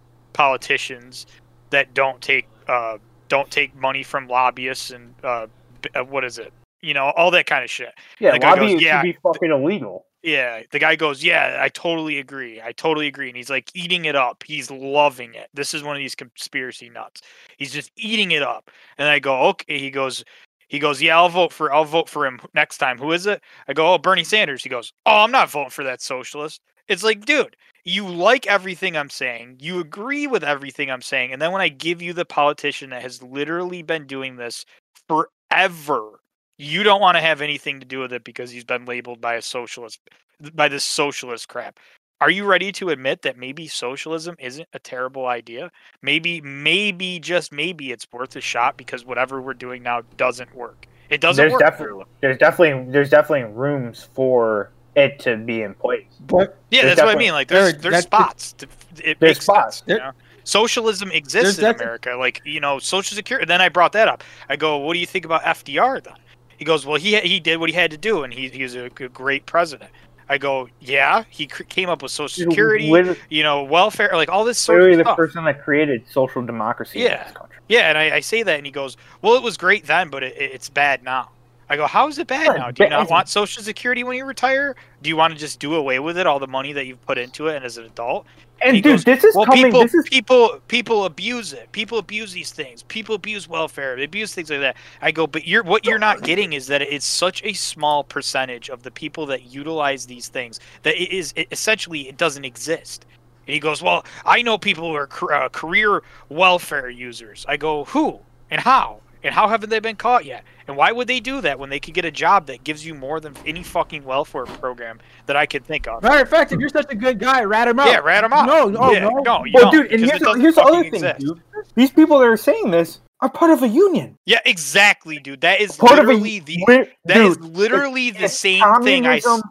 politicians that don't take uh, don't take money from lobbyists and uh, b- uh, what is it? You know, all that kind of shit. yeah, That guy lobbying goes, "Yeah, should be fucking illegal. Yeah, the guy goes, "Yeah, I totally agree. I totally agree." And he's like eating it up. He's loving it. This is one of these conspiracy nuts. He's just eating it up. And I go, "Okay." He goes, he goes, "Yeah, I'll vote for I'll vote for him next time. Who is it?" I go, "Oh, Bernie Sanders." He goes, "Oh, I'm not voting for that socialist." It's like, dude, you like everything I'm saying. You agree with everything I'm saying. And then when I give you the politician that has literally been doing this forever, you don't want to have anything to do with it because he's been labeled by a socialist by this socialist crap. Are you ready to admit that maybe socialism isn't a terrible idea? Maybe maybe just maybe it's worth a shot because whatever we're doing now doesn't work. It doesn't There's work. definitely there's definitely there's definitely rooms for it to be in place. but yeah, there's that's what I definitely- mean. Like there's Eric, there's that's the- spots. To, it makes There's sense, spots. you There- know? socialism There's exists in defi- America. Like, you know, Social Security. And then I brought that up. I go, what do you think about FDR then? He goes, well, he he did what he had to do, and he he was a g- great president. I go, yeah, he cr- came up with Social Security, Literally, you know, welfare, like all this sort of literally the stuff. person that created social democracy Yeah. in this country. Yeah, and I, I say that, and he goes, "Well, it was great then, but it, it's bad now." I go, "How is it bad It's now? Do you not bad. want Social Security when you retire? Do you want to just do away with it, all the money that you've put into it, and as an adult?" And He dude, goes, this is Well, coming. people, This is people, people abuse it. People abuse these things. People abuse welfare. They abuse things like that. I go, but you're what you're not getting is that it's such a small percentage of the people that utilize these things that it is it, essentially it doesn't exist. And he goes, well, I know people who are car- uh, career welfare users. I go, who and how and how haven't they been caught yet? And why would they do that when they could get a job that gives you more than any fucking welfare program that I could think of? Matter of fact, if you're such a good guy, rat him out. Yeah, rat them out. No, no, yeah, no. no you well, don't, dude, and because here's, it the- doesn't here's the fucking other thing, exist. dude. These people that are saying this are part of a union. Yeah, exactly, dude. That is Part of a literally the Wi- that is dude, literally the if same thing. I s- communism-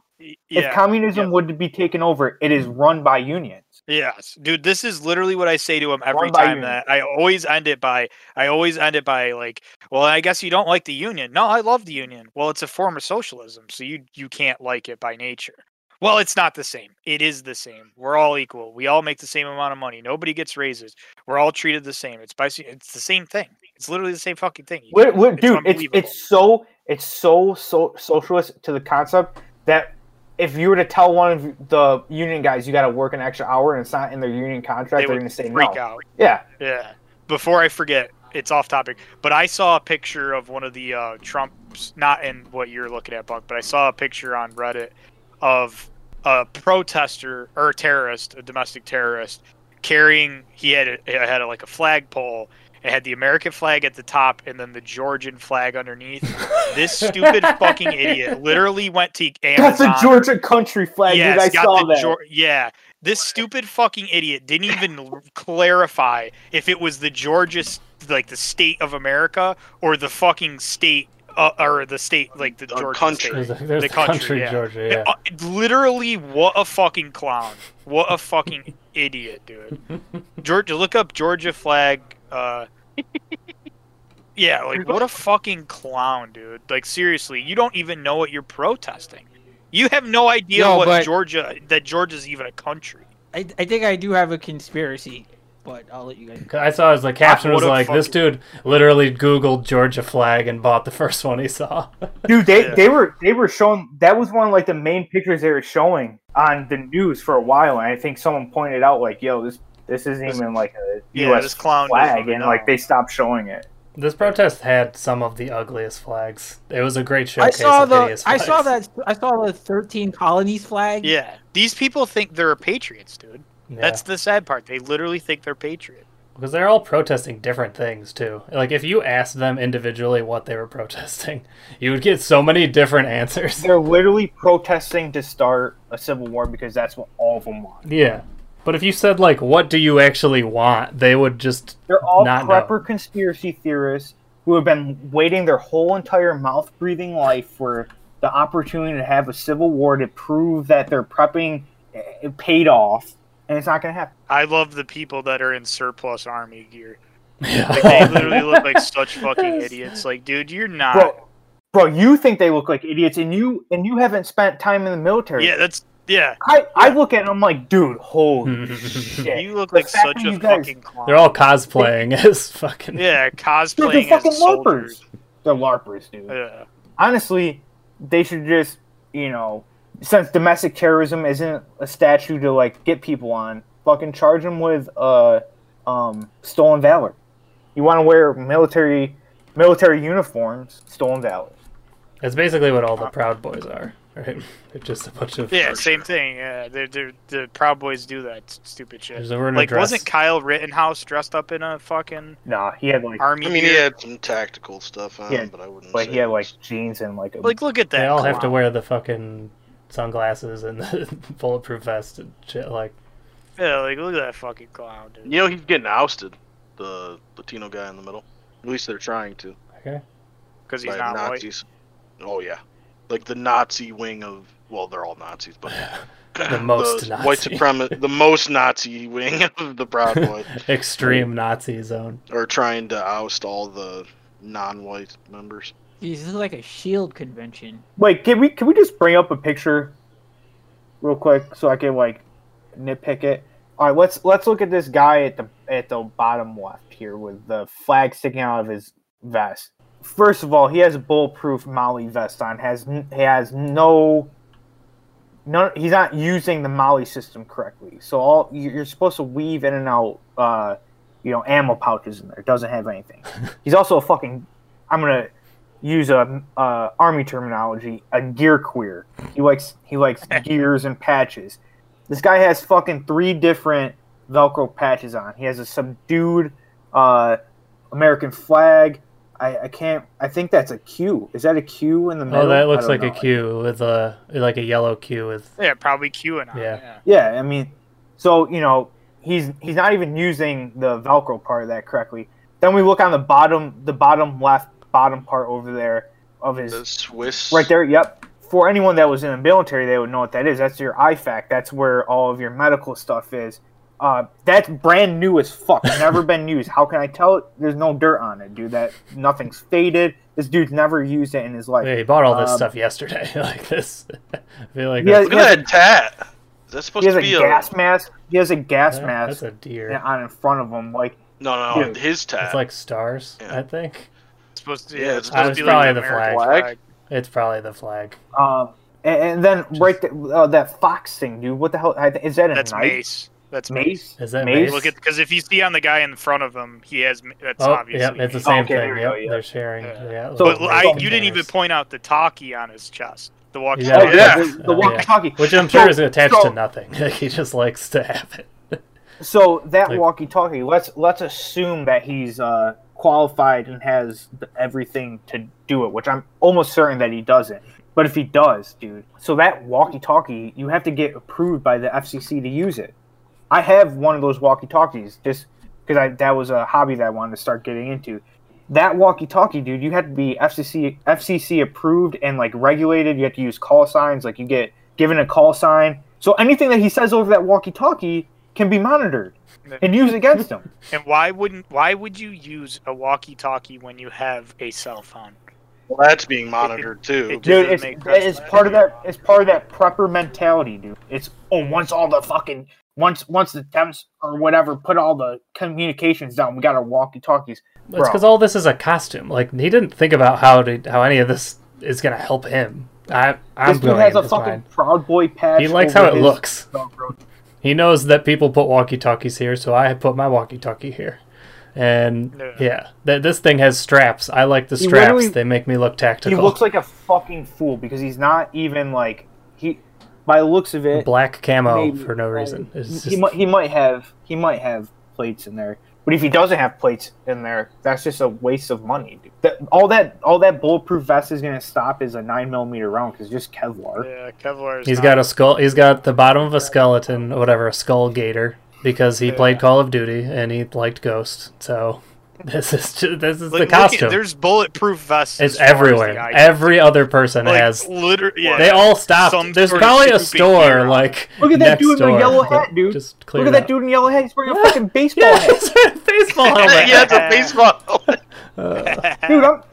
yeah, if communism yeah. would be taken over, it is run by unions. yes, dude. This is literally what I say to him every Run by time. union. That I always end it by. I always end it by like, well, I guess you don't like the union. No, I love the union. Well, it's a form of socialism, so you you can't like it by nature. Well, it's not the same. It is the same. We're all equal. We all make the same amount of money. Nobody gets raises. We're all treated the same. It's by, It's the same thing. It's literally the same fucking thing. You What, what, It's dude, it's unbelievable. it's so it's so so socialist to the concept that if you were to tell one of the union guys you got to work an extra hour and it's not in their union contract, They they are would going to say no. freak out. Yeah, Yeah. Before I forget, it's off topic, but I saw a picture of one of the uh, Trump's, not in what you're looking at, Buck, but I saw a picture on Reddit of a protester or a terrorist, a domestic terrorist, carrying, he had, a, had a, like a flagpole. It had the American flag at the top and then the Georgian flag underneath. this stupid fucking idiot literally went to got Amazon. the Georgia country flag, Yes, dude. I got saw the that. Jor- yeah, this stupid fucking idiot didn't even l- clarify if it was the Georgia, s- like the state of America, or the fucking state, uh, or the state like the The Georgia country. state. There's, a, there's The the country, country, yeah. Georgia. Yeah. Uh, literally, what a fucking clown! What a fucking idiot, dude! Georgia, look up Georgia flag. Uh, yeah, like what a fucking clown, dude! Like seriously, you don't even know what you're protesting. You have no idea No, what but- Georgia that Georgia's even a country. I, I think I do have a conspiracy, but I'll let you guys. 'Cause I saw his like caption Ah, what was a like this dude literally Googled Georgia flag and bought the first one he saw. Dude, they, Yeah. they were they were showing that was one of like the main pictures they were showing on the news for a while, and I think someone pointed out like, "Yo, this this isn't This- even like a Yeah, U.S. this clown flag," doesn't and know. like they stopped showing it. this protest had some of the ugliest flags. It was a great I showcase. saw of the hideous I saw flags. that I saw the thirteen colonies flag. Yeah, these people think they're patriots, dude. Yeah. That's the sad part. They literally think they're patriots. because they're all protesting different things too. Like if you asked them individually what they were protesting, you would get so many different answers. They're literally protesting to start a civil war because that's what all of them want. Yeah. But if you said like what do you actually want, they would just They're all Not know. prepper conspiracy theorists who have been waiting their whole entire mouth breathing life for the opportunity to have a civil war to prove that their prepping eh, paid off, and it's not going to happen. I love the people that are in surplus army gear. Like, they Yeah. literally look like such fucking idiots. Like, dude, you're not. Bro, bro, you think they look like idiots, and you and you haven't spent time in the military. yeah, that's yeah. I, I look at them like, dude, holy shit! You look The like fact such that a you guys- fucking clown. They're all cosplaying as fucking yeah, Dude, cosplaying they're fucking as soldiers. larpers. They're larpers, dude. Yeah. honestly, they should just, you know, since domestic terrorism isn't a statue to like get people on, fucking charge them with uh, um, stolen valor. You want to wear military military uniforms, stolen valor. That's basically what all the Proud Boys are, right? They're just a bunch of Yeah, same thing. Yeah, they're, they're, the Proud Boys do that s- stupid shit. There's a- we're in a Like, dress. wasn't Kyle Rittenhouse dressed up in a fucking Nah, he had like, army I mean, he gear? had some tactical stuff on, Yeah, but I wouldn't. but say he had it like was- jeans and like a Like, look at that. They all have to clown. wear the fucking sunglasses and the bulletproof vest and shit. Like, Yeah, like look at that fucking clown, dude. You know, he's getting ousted. The Latino guy in the middle. At least they're trying to. okay, Because he's by not white. Nazis. Oh yeah. like the Nazi wing of well, they're all Nazis, but The most the white Nazi. supremacist, the most Nazi wing of the Proud Boys Extreme Nazi zone. are trying to oust all the non-white members. Jeez, this is like a shield convention. Wait, can we can we just bring up a picture real quick so I can like nitpick it? All right, let's let's look at this guy at the at the bottom left here with the flag sticking out of his vest. First of all, he has a bulletproof Molly vest on. Has n- he has no no he's not using the Molly system correctly. So all you- you're supposed to weave in and out uh you know ammo pouches in there. Doesn't have anything. He's also a fucking I'm going to use a uh, army terminology, a gear queer. He likes he likes gears and patches. This guy has fucking three different Velcro patches on. He has a subdued uh, American flag. I, I can't. I think that's a Q. Is that a Q in the middle? Oh, that I looks don't like a know. Q with a like a yellow Q with. Yeah, probably QAnon. Yeah. Yeah, I mean, so you know, he's he's not even using the Velcro part of that correctly. Then we look on the bottom, the bottom left, bottom part over there of his The Swiss, Right there, yep. For anyone that was in the military, they would know what that is. That's your IFAC. That's where all of your medical stuff is. Uh, that's brand new as fuck. Never been used. How can I tell it? There's no dirt on it, dude. That nothing's faded. This dude's never used it in his life. Yeah, he bought all this Um, stuff yesterday. like this, I feel like Yeah, that's, Look at that tat. Is that supposed He has to a be a gas mask. He has a gas that- uh, that's mask a deer. on in front of him. Like, no, no, no, Dude, his tat? It's like stars, Yeah. I think. It's supposed to. Yeah, Yeah, it's it's supposed to it's be like probably the American flag. It's probably the flag. um, and, and then right th- uh, that fox thing, dude. What the hell? I th- is that a That's knife? Mace. That's Mace. Mace? Is that mace? Look at because if you see on the guy in front of him, he has. ma- That's Oh, obviously. yeah, it's the mace. same Okay, there thing. we Yep, go, yeah. they're sharing. Yeah. So- But little I, Oh, mace you didn't even containers. point out the talkie on his chest. The walkie. Yeah. Oh, Yeah. yeah, the, the Oh, yeah. walkie-talkie. Which I'm sure So- is attached so- to nothing. Like he just likes to have it. So that Like- walkie-talkie. Let's let's assume that he's uh, qualified and has th- everything to do it, which I'm almost certain that he doesn't. But if he does, dude, so that walkie-talkie, you have to get approved by the FCC to use it. I have one of those walkie-talkies just because I that was a hobby that I wanted to start getting into. That walkie-talkie, dude, you had to be FCC FCC approved and like regulated. You have to use call signs. Like you get given a call sign. So anything that he says over that walkie-talkie can be monitored and used against him. And why wouldn't? Why would you use a walkie-talkie when you have a cell phone? well, that's being monitored too. it- Dude, Doesn't it's, make sense. it's part of that. It's part of that prepper mentality, dude. It's oh, once all the fucking once once the temps or whatever put all the communications down, we got our walkie-talkies. It's because all this is a costume. Like he didn't think about how to how any of this is gonna help him. I I'm This dude going has a with fucking mine. Proud Boy patch. He likes over how it his looks. Velcro. He knows that people put walkie talkies here, so I put my walkie talkie here. And Yeah. yeah, th- this thing has straps. I like the straps. literally- They make me look He tactical. looks like a fucking fool because he's not even like he. By the looks of it, black camo maybe, for no um, reason. It's he just, might he might have he might have plates in there. But if he doesn't have plates in there, that's just a waste of money. dude. That, all that all that bulletproof vest is going to stop is a nine millimeter round because just Kevlar. Yeah, Kevlar. Is he's not- got a skull. He's got the bottom of a skeleton, or whatever, a skull gator, because he played Call of Duty and he liked Ghost. So this is ju- this Like, is the look at- costume. there's bulletproof vests. as it's far as the everywhere. eye- Every other person like, has. literally. Yeah, They all stopped. some There's sort of probably a stupid store hero. like Look at that next dude in the door yellow hat, that dude. Just cleared Look at that out. dude in yellow hat. He's wearing a fucking baseball Yeah, hat. he's wearing a baseball helmet. yeah, it's a baseball. helmet. Dude, I'm,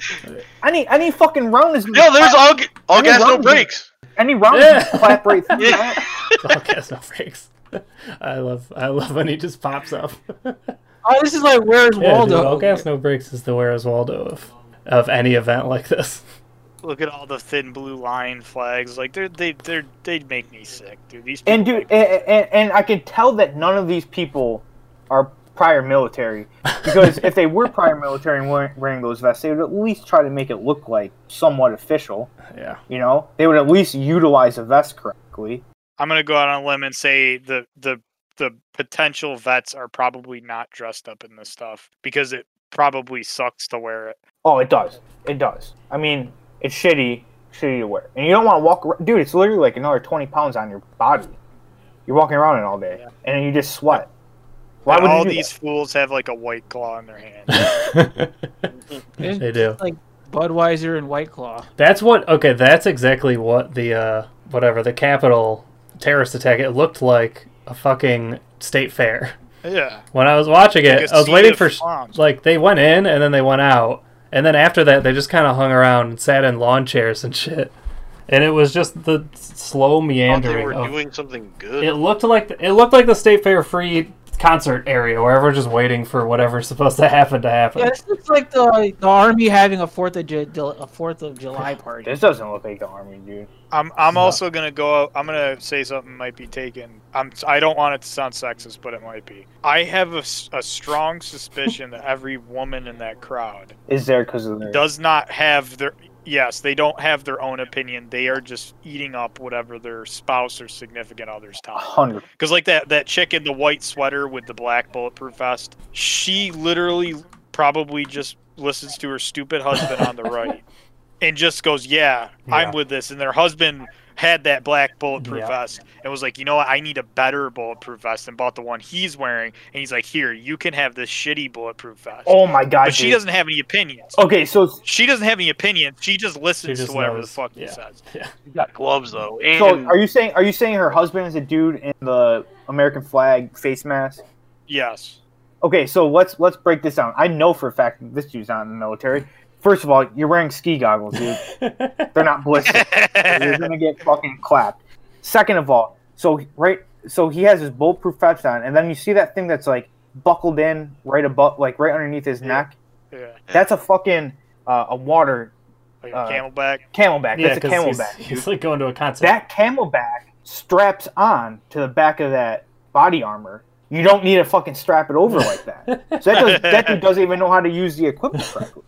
any any fucking round is Yo, there's all g- all Any gas no round- brakes. any round Yeah. is clap right through Yeah. that. Oh, Cast no breaks. I love I love when he just pops up. yeah, Oh, this is like where's dude, Waldo? all gas no breaks is the where is Waldo of of any event like this. Look at all the thin blue line flags. Like they're they they're they'd make me sick, dude. These and people- dude, and, and, and I could tell that none of these people are prior military because if they were prior military and weren't wearing those vests, they would at least try to make it look like somewhat official. Yeah. You know, they would at least utilize the vest correctly. I'm gonna go out on a limb and say the the the potential vets are probably not dressed up in this stuff because it probably sucks to wear it. Oh, it does. It does. I mean, it's shitty, shitty to wear, and you don't want to walk. around. Dude, it's literally like another twenty pounds on your body. You're walking around it all day, and you just sweat. Why And would all you do these fools have like a white claw in their hand? they do. Like Budweiser and White Claw. That's what. Okay, that's exactly what the uh, whatever the Capitol terrorist attack. It looked like a fucking state fair. Yeah. When I was watching it, Like a I was sea waiting of for sh- bombs. like they went in and then they went out, and then after that they just kind of hung around and sat in lawn chairs and shit. And it was just the slow Thought they were meandering. Of, doing something good. oh. it looked like the, it looked like the state fair free concert area where everyone's just waiting for whatever's supposed to happen to happen. Yeah, this looks like the, the army having a Fourth of Ju- Ju- a Fourth of July party. This doesn't look like the army, dude. I'm I'm Yeah. also gonna go. out- I'm gonna say something might be taken. I'm I don't want it to sound sexist, but it might be. I have a, s- a strong suspicion that every woman in that crowd Is there because of their does not have their. Yes, they don't have their own opinion. They are just eating up whatever their spouse or significant other's A time. hundred? Because like that that chick in the white sweater with the black bulletproof vest, she literally probably just listens to her stupid husband on the right, and just goes, "Yeah, Yeah. I'm with this." And their husband had that black bulletproof Yeah. vest and was like, "You know what? I need a better bulletproof vest," and bought the one he's wearing. And he's like, "Here, you can have this shitty bulletproof vest." Oh my god, but she dude. doesn't have any opinions. Okay, so She doesn't have any opinions. She just listens Oh. just to whatever knows. the fuck Yeah. he says. He's got gloves though, and so are you saying are you saying her husband is a dude in the American flag face mask? Yes. Okay, so let's let's break this down. I know for a fact that this dude's not in the military. First of all, you're wearing ski goggles, dude. They're not ballistic. you're gonna get fucking clapped. Second of all, so right, so he has his bulletproof vest on, and then you see that thing that's like buckled in right above, like right underneath his Yeah. neck. yeah. That's a fucking uh, a water Like Uh, camelback. camelback. yeah, That's a 'cause he's, camelback. dude. he's like going to a concert. That camelback straps on to the back of that body armor. You don't need to fucking strap it over like that. So that, does, that dude doesn't even know how to use the equipment correctly.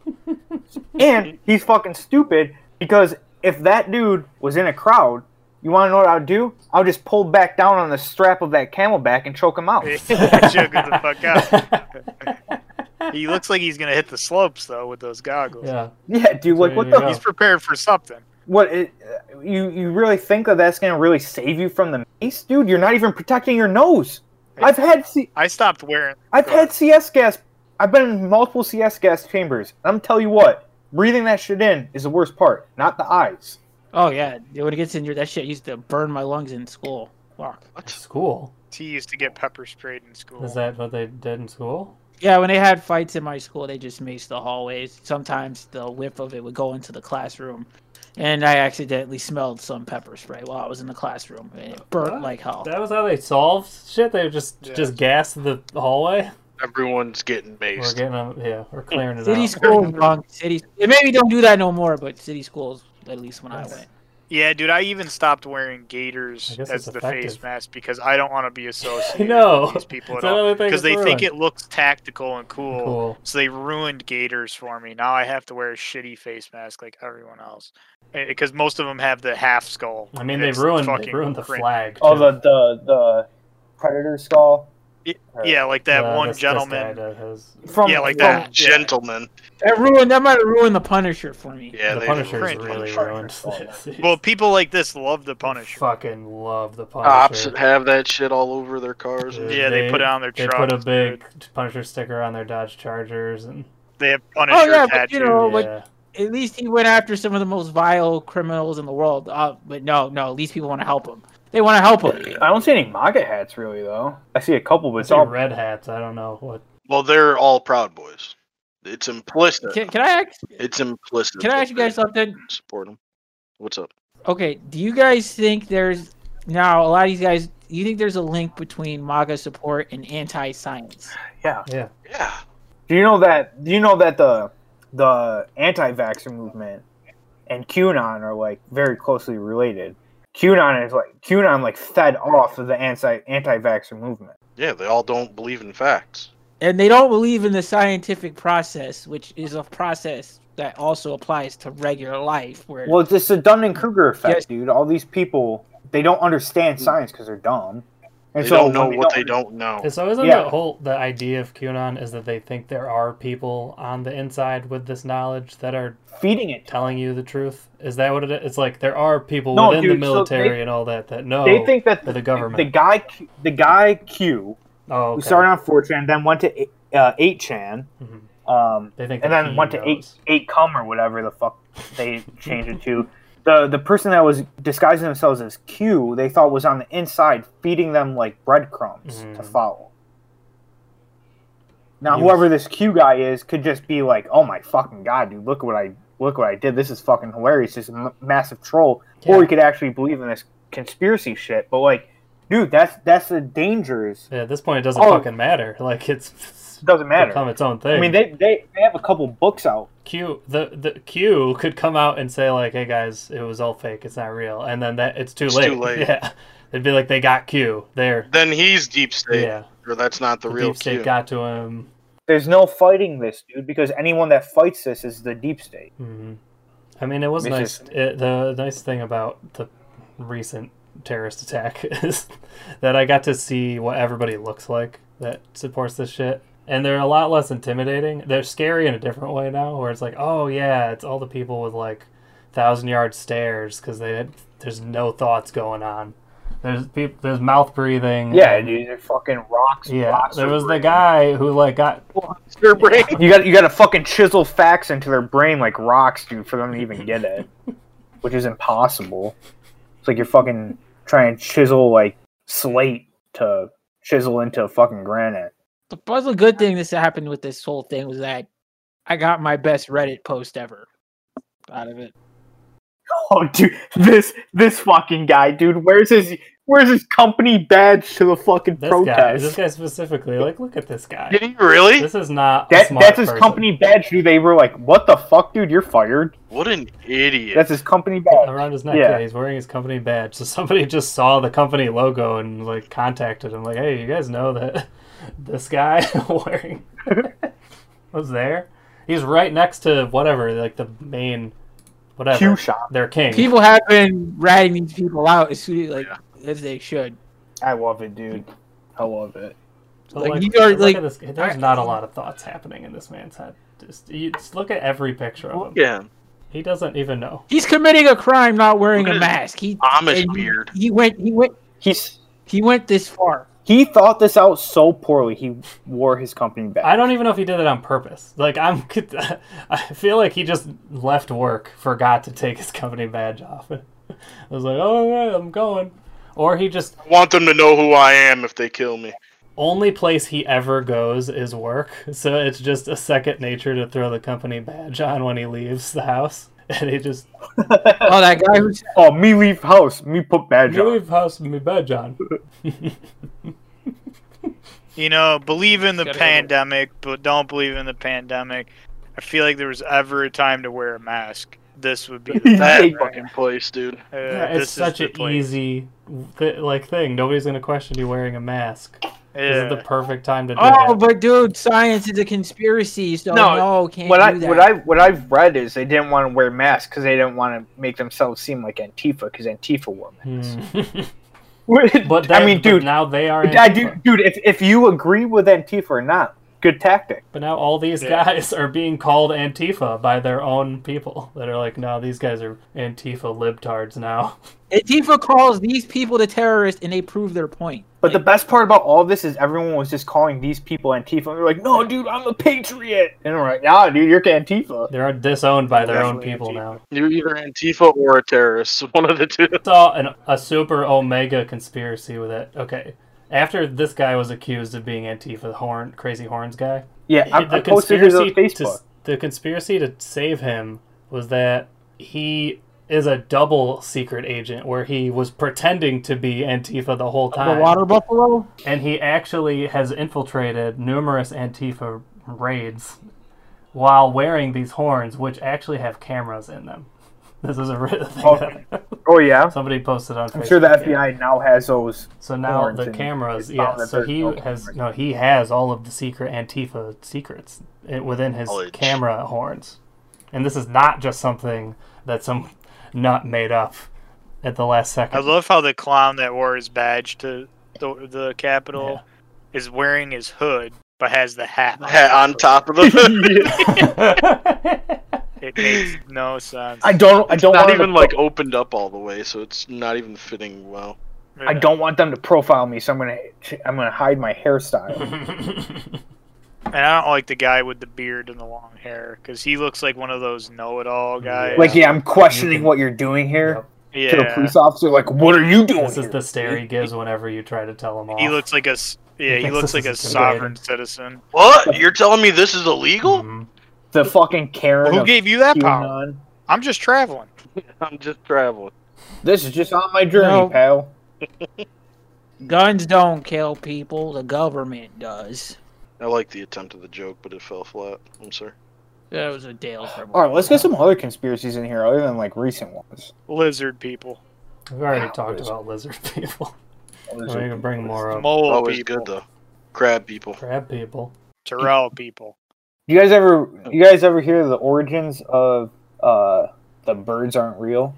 And he's fucking stupid because if that dude was in a crowd, you want to know what I would do? I would just pull back down on the strap of that camelback and choke him out. Choke him the fuck out. he looks like he's gonna hit the slopes though with those goggles. yeah. Yeah, dude. Like, what There the? you He's prepared for something. What? It, uh, you you really think that that's gonna really save you from the mace, dude? You're not even protecting your nose. I've had see, I stopped wearing. I've Go ahead. had CS gas. I've been in multiple CS gas chambers. And I'm telling you what, breathing that shit in is the worst part, not the eyes. Oh yeah, when it gets in your that shit used to burn my lungs in school. Fuck. School. T used to get pepper sprayed in school. Is that what they did in school? Yeah, when they had fights in my school, they just maced the hallways. Sometimes the whiff of it would go into the classroom, and I accidentally smelled some pepper spray while I was in the classroom, and it burnt What? like hell. That was how they solved shit. They just Yeah. just gassed the hallway. everyone's getting We're maced. getting them. Yeah, we're clearing it City out. schools, wrong. City. And maybe don't do that no more, but city schools, at least when I went. Yeah, dude, I even stopped wearing I gaiters guess as it's the effective. face mask because I don't want to be associated know. with these people It's at all another thing because that's they think it ruined. looks tactical and cool. Cool. So they ruined gaiters for me. Now I have to wear a shitty face mask like everyone else because most of them have the half skull. I mean, and they it's ruined they fucking ruined the cringe. flag. Oh, too. the the the predator skull. Y- Or- Yeah, like that Yeah, one this- this gentleman. guy that has- From yeah, like from- that. Yeah. Gentlemen, That ruined. That might have ruined the Punisher for me. yeah, the they Punisher cringe. really Punisher. ruined. this. Well, people like this love the Punisher. fucking love the Punisher. cops have that shit all over their cars. Dude, Yeah, they, put it on their They truck. put a big Punisher sticker on their Dodge Chargers and They have Punisher Oh, yeah, but, tattoos. you know, Oh, but- yeah. At least he went after some of the most vile criminals in the world. Uh, but no, no. At least people want to help him. They want to help him. I don't see any MAGA hats really though. I see a couple, but It's it's all all red hats. I don't know what. Well, they're all Proud Boys. It's implicit. Can, can I ask? It's implicit. Can I that ask you guys they something? Support them. What's up? Okay, do you guys think there's now a lot of these guys? Do you think there's a link between MAGA support and anti-science? yeah. Yeah. Do you know that? Do you know that the the anti-vaxxer movement and QAnon are like very closely related? QAnon is like QAnon like fed off of the anti anti-vaxxer movement. Yeah, they all don't believe in facts. And they don't believe in the scientific process, which is a process that also applies to regular life. Where Well, it's just a Dunning Kruger effect, Yes. dude. All these people they don't understand science because they're dumb, and They so don't know when what they don't know. So isn't Yeah. the whole the idea of QAnon is that they think there are people on the inside with this knowledge that are feeding it. telling you the truth? Is that what it is? It's like there are people No, within the dude, so military they- and all that that know. they think that Oh, the the, government. the guy, Q- the guy Q, oh, who okay. started on 4chan, then went to uh, 8chan, Mhm. Um, They think and they're then went to eight heroes. eight cum or whatever the fuck they changed it to. The the person that was disguising themselves as Q, they thought was on the inside, feeding them like breadcrumbs to Mhm. follow. Now, He whoever this Q guy is could just be like, "Oh my fucking god, dude! Look what I look what I did. This is fucking hilarious. Just a m- massive troll." Yeah. Or we could actually believe in this conspiracy shit. But like, dude, that's that's the dangers. Yeah, at this point, it doesn't Oh. fucking matter. Like it's It doesn't matter. become its own thing. I mean, they, they they have a couple books out. Q the the Q could come out and say like, "Hey guys, it was all fake. It's not real," and then that it's too It's late. too late. Yeah, they'd be like, "They got Q there." Then he's deep state, Yeah, or that's not the, the real deep state Q. got to um, him. There's no fighting this, dude, because anyone that fights this is the deep state. Mhm. I mean, it was It's nice. just- It, the nice thing about the recent terrorist attack is that I got to see what everybody looks like that supports this shit. And they're a lot less intimidating. They're scary in a different way now, where it's like, oh yeah, it's all the people with like thousand yard stares because they there's no thoughts going on. There's people. There's mouth breathing. Yeah, and- dude, they're fucking rocks. Yeah. rocks There are was the great. guy who like got Your brain. You got you got to fucking chisel facts into their brain like rocks, dude, for them to even get it, which is impossible. It's like you're fucking trying to chisel like slate to chisel into fucking granite. The that's a good thing this happened with this whole thing was that I got my best Reddit post ever out of it. Oh, dude, this this fucking guy, dude, where's his where's his company badge to the fucking this guy. protest? This guy specifically. Like, look at this guy. Did he really? This is not a That, smart that's his person. company badge, dude. They were like, "What the fuck, dude? You're fired." What an idiot! That's his company badge. around his neck. Yeah. Yeah. he's wearing his company badge. So somebody just saw the company logo and like contacted him, like, "Hey, you guys know that this guy wearing was there? He's right next to whatever, like the main whatever. Q shop. Their king. People have been ratting these people out as soon as like as they should. I love it, dude. I love it. So, like, you are, look like- at this guy. there's not a lot of thoughts happening in this man's head. Just, you, just look at every picture of him. yeah, He doesn't even know. He's committing a crime not wearing Look a at his mask. He Amish and he- beard. He went he went He's he went this far. He thought this out so poorly. He wore his company back. I don't even know if he did it on purpose. Like I'm, I feel like he just left work, forgot to take his company badge off. I was like, oh, all right, I'm going. Or he just I want them to know who I am if they kill me. only place he ever goes is work, so it's just a second nature to throw the company badge on when he leaves the house. And he just Oh, that guy who's Oh, me leave house. Me put badge you on. leave house with me badge on. You know, believe in the Gotta go. pandemic, but don't believe in the pandemic. I feel like there was ever a time to wear a mask. This would be the That Hey, fucking place, dude. Uh, Yeah, this is it's such the an place. easy th- like thing. Nobody's gonna question you wearing a mask. Yeah. This is the perfect time to do Oh, that. but dude, science is a conspiracy, so No, no, can't What do I that. what I what I've read is they didn't want to wear masks because they didn't want to make themselves seem like Antifa because Antifa wore masks. Hmm. But but I then- mean, but dude, now they are. I Antifa. do, dude. If if you agree with Antifa or not, good tactic. But now all these Yeah. guys are being called Antifa by their own people that are like, no, these guys are Antifa libtards now. Antifa calls these people the terrorists, and they prove their point. But the best part about all this is everyone was just calling these people Antifa. And they're like, "No, dude, I'm a patriot." And I'm like, "Nah, dude, you're Antifa." They're disowned by their own Definitely people Antifa. now. You're either Antifa or a terrorist. One of the two. I saw an, a super omega conspiracy with it. Okay. After this guy was accused of being Antifa, the horn, crazy horns guy, Yeah, I, I posted this on to, Facebook. s- the conspiracy to save him was that he is a double secret agent where he was pretending to be Antifa the whole The time. water buffalo. and he actually has infiltrated numerous Antifa raids while wearing these horns, which actually have cameras in them. This is a real thing. Okay. that Oh yeah, somebody posted on Facebook. I'm sure the yeah. FBI now has those So now horns the and cameras, it's found yeah. that So there's he no has cameras. no, he has all of the secret Antifa secrets i- within his Knowledge. camera horns, and this is not just something that some nut made up at the last second. I love how the clown that wore his badge to the, the Capitol is wearing his hood, but has the hat. Hat on top of the. It makes no sense. I don't. I It's don't not want even them to, like opened up all the way, so it's not even fitting well. I don't want them to profile me, so I'm gonna. I'm gonna hide my hairstyle. And I don't like the guy with the beard and the long hair because he looks like one of those know-it-all guys. Like, yeah, I'm questioning what you're doing here. To the yeah, police officer, like, what are you doing? This is here?" the stare he gives whenever you try to tell him off. he looks like a s- yeah, he thinks looks this like a is intimidating. sovereign citizen. What? You're telling me this is illegal? Mhm. the fucking Karen. Who of gave you that power? QAnon. I'm just traveling. I'm just traveling. This is just on my journey, No. pal. Guns don't kill people. The government does. I like the attempt of the joke, but it fell flat. I'm sorry. That was a Dale. All right, let's get some other conspiracies in here other than like recent ones. Lizard people, We've already Wow, talked this- about lizard people. We can bring more up. mole Always people, good though. Crab people. Crab people. Terrell people. You guys ever you guys ever hear the origins of uh the birds aren't real?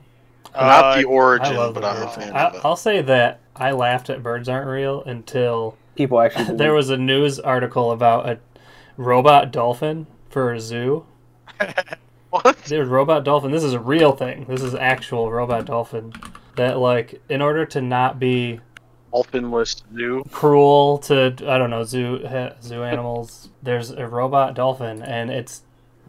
Uh, Not the origin, I love but the I'm a birds. fan I, of it. I'll say that I laughed at birds aren't real until People actually believe- there was a news article about a robot dolphin for a zoo. What? Dude, robot dolphin. This is a real thing. This is actual robot dolphin. That like, in order to not be Dolphinless zoo. cruel to I don't know zoo ha- zoo animals. There's a robot dolphin, and it's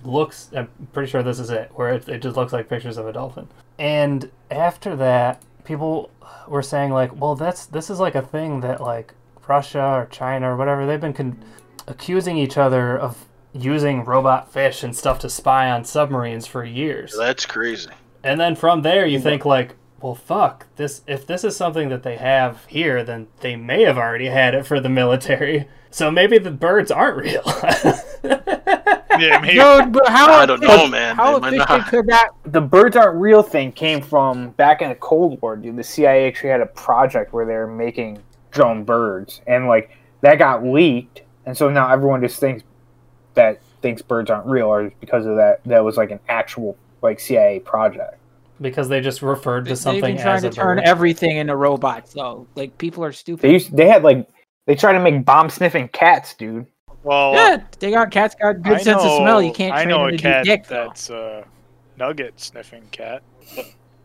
looks. I'm pretty sure this is it, where it, it just looks like pictures of a dolphin. And after that, people were saying like, well, that's this is like a thing that like Russia or China or whatever they've been con- accusing each other of using robot fish and stuff to spy on submarines for years. That's crazy. And then from there, you think like, well, fuck this. If this is something that they have here, then they may have already had it for the military. So maybe the birds aren't real. Yeah, maybe. Dude, but how I don't know, efficient- man. How They might efficient not. could that? the birds aren't real thing came from back in the Cold War, dude. The CIA actually had a project where they were making drone birds, and like that got leaked, and so now everyone just thinks that thinks birds aren't real, or because of that, that was like an actual like CIA project. because they just referred to They've something been trying as to a turn bird. everything into robots, though. Like people are stupid. They used they had like they tried to make bomb sniffing cats, dude. Well, yeah, they got cats got good I sense know, of smell. You can't I train know them a to cat do dick, though. that's a nugget sniffing cat.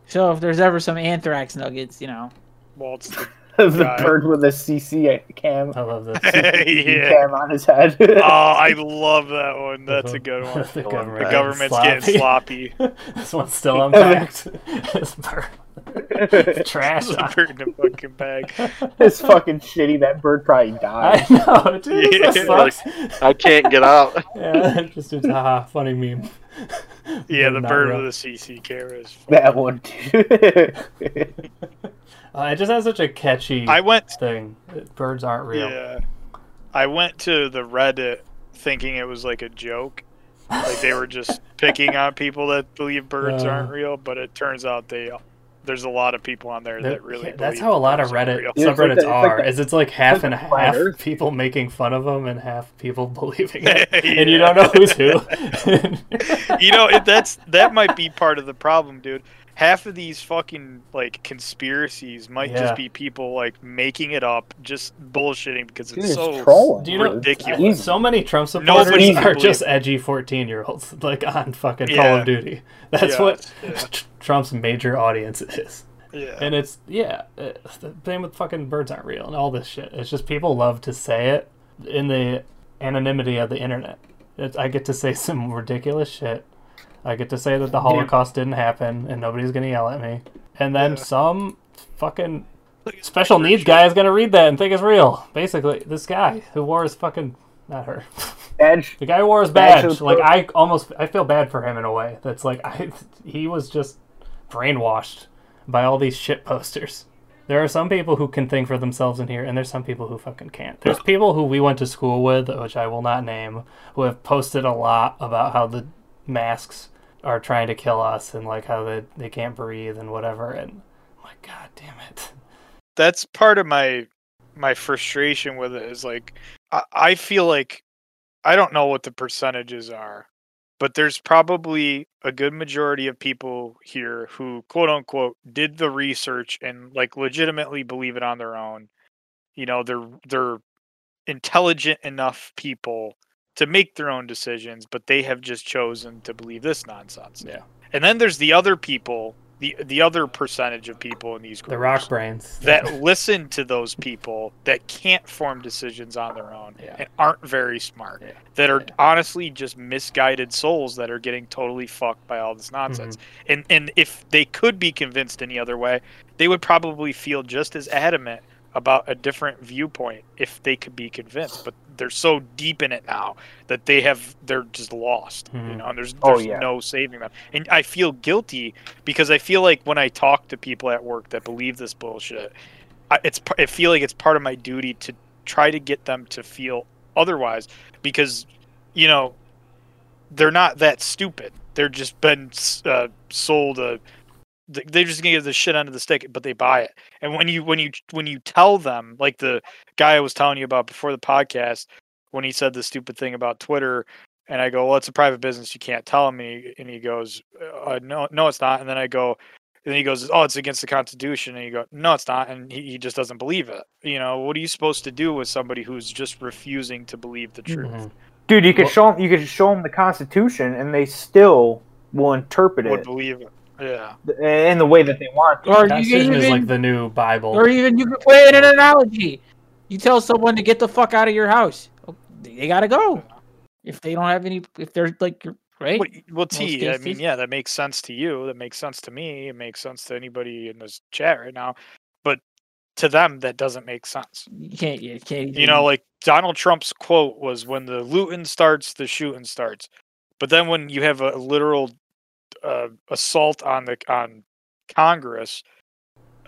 So if there's ever some anthrax nuggets, you know. Well, it's the, the Right. bird with a CC cam, I love this. yeah. cam on his head. Oh, I love that one. That's a good one. The the government government's getting sloppy. this one's still unpacked. this bird. Trash. The on- bird in a fucking bag. it's fucking shitty. That bird probably died. I know, dude. this Yeah, sucks. I can't get out. yeah, just it's haha, funny meme. Yeah, the Not bird real. with the CC camera is. That one, dude. Uh, it just has such a catchy I went. thing. Birds aren't real. Yeah, I went to the Reddit thinking it was like a joke, like they were just picking on people that believe birds Yeah. aren't real. But it turns out they, there's a lot of people on there That- that really. yeah, that's believe how a lot of birds aren't Reddit real. Yeah, it's like the- subreddits it's like are. the- is it's like half and flat half Earth. people making fun of them and half people believing it, and you Yeah. don't know who's who. you know it- that's that might be part of the problem dude half of these fucking like conspiracies might Yeah. just be people like making it up just bullshitting because it's Dude, it's so trolling. Do you know- ridiculous Easy. so many Trump Nobody supporters can are believe just edgy fourteen-year-olds, like on fucking Call Yeah. of Duty. That's Yeah, what yeah. Trump's major audience is, yeah and it's yeah, it's the same with fucking birds aren't real and all this shit. It's just people love to say it in the anonymity of the internet. It's, I get to say some ridiculous shit. I get to say that the Holocaust didn't happen and nobody's gonna yell at me. And then some fucking special needs guy is gonna read that and think it's real. Basically, this guy who wore his fucking not her. Edge. The guy who wore his Badge badge. of- Like I almost I feel bad for him in a way. That's like I he was just brainwashed by all these shit posters. There are some people who can think for themselves in here, and there's some people who fucking can't. There's people who we went to school with, which I will not name, who have posted a lot about how the masks are trying to kill us and like how they, they can't breathe and whatever. And I'm like, God damn it. that's part of my my frustration with it is like I, I feel like I don't know what the percentages are, but there's probably a good majority of people here who quote unquote did the research and like legitimately believe it on their own. You know, they're they're intelligent enough people to make their own decisions, but they have just chosen to believe this nonsense. Yeah. And then there's the other people the the other percentage of people in these groups The rock brains. that listen to those people that can't form decisions on their own Yeah. and aren't very smart Yeah. that are honestly just misguided souls that are getting totally fucked by all this nonsense Mm-hmm. and and if they could be convinced any other way they would probably feel just as adamant about a different viewpoint if they could be convinced but they're so deep in it now that they have they're just lost you Mhm. know and there's, Oh, there's yeah. no saving them and i feel guilty because i feel like when i talk to people at work that believe this bullshit I, it's par- I feel like it's part of my duty to try to get them to feel otherwise because you know they're not that stupid they're just been uh, sold a th- they're just gonna get the shit under the stick but they buy it and when you when you when you tell them like the guy i was telling you about before the podcast when he said the stupid thing about twitter and i go well it's a private business you can't tell him and he, and he goes uh, no no it's not and then i go and he goes, "Oh, it's against the Constitution." And you go, "No, it's not." And he, he just doesn't believe it. You know, what are you supposed to do with somebody who's just refusing to believe the truth? Mhm. Dude, you could Well- show them. You could show them the Constitution, and they still will interpret Would it believe it? Yeah. th- in the way that they want. to. Or you Constitution is like even, the new Bible. or even you could play it in an analogy. You tell someone to get the fuck out of your house. Oh, They gotta go. If they don't have any, if they're like, right? What- Well, T, I mean, cases. yeah, that makes sense to you. That makes sense to me. It makes sense to anybody in this chat right now. But to them, that doesn't make sense. You can't. You can't. You know, like Donald Trump's quote was when the looting starts, the shooting starts. But then when you have a literal uh, assault on the on Congress,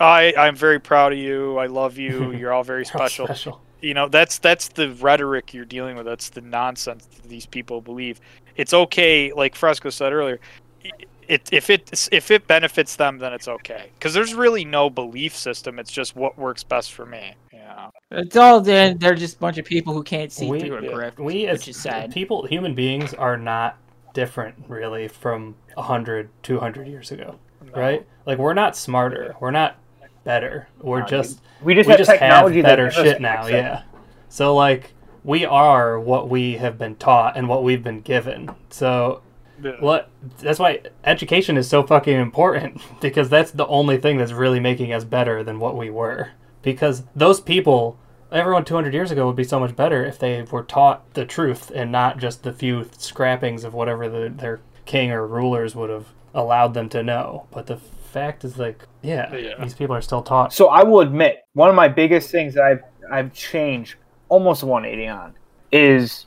I I'm very proud of you. I love you. You're all very special. special. You know, that's that's the rhetoric you're dealing with. That's the nonsense that these people believe. It's okay, like Fresco said earlier. i- It, if it if it benefits them, then it's okay. Because there's really no belief system. It's just what works best for me. You know. It's all then they're just a bunch of people who can't see we, through it, correct? we as Which is sad. people, human beings, are not different really from 100, 200 years ago, right? Like we're not smarter, we're not better, we're No, just We just we have just have technology better that gives us shit now, access. yeah. So like we are what we have been taught and what we've been given. So Yeah. what that's why education is so fucking important because that's the only thing that's really making us better than what we were. Because those people, everyone 200 years ago would be so much better if they were taught the truth and not just the few scrappings of whatever the, their king or rulers would have allowed them to know. But the fact is like, yeah, Yeah. these people are still taught. So I will admit, one of my biggest things that I've I've changed almost 180 on is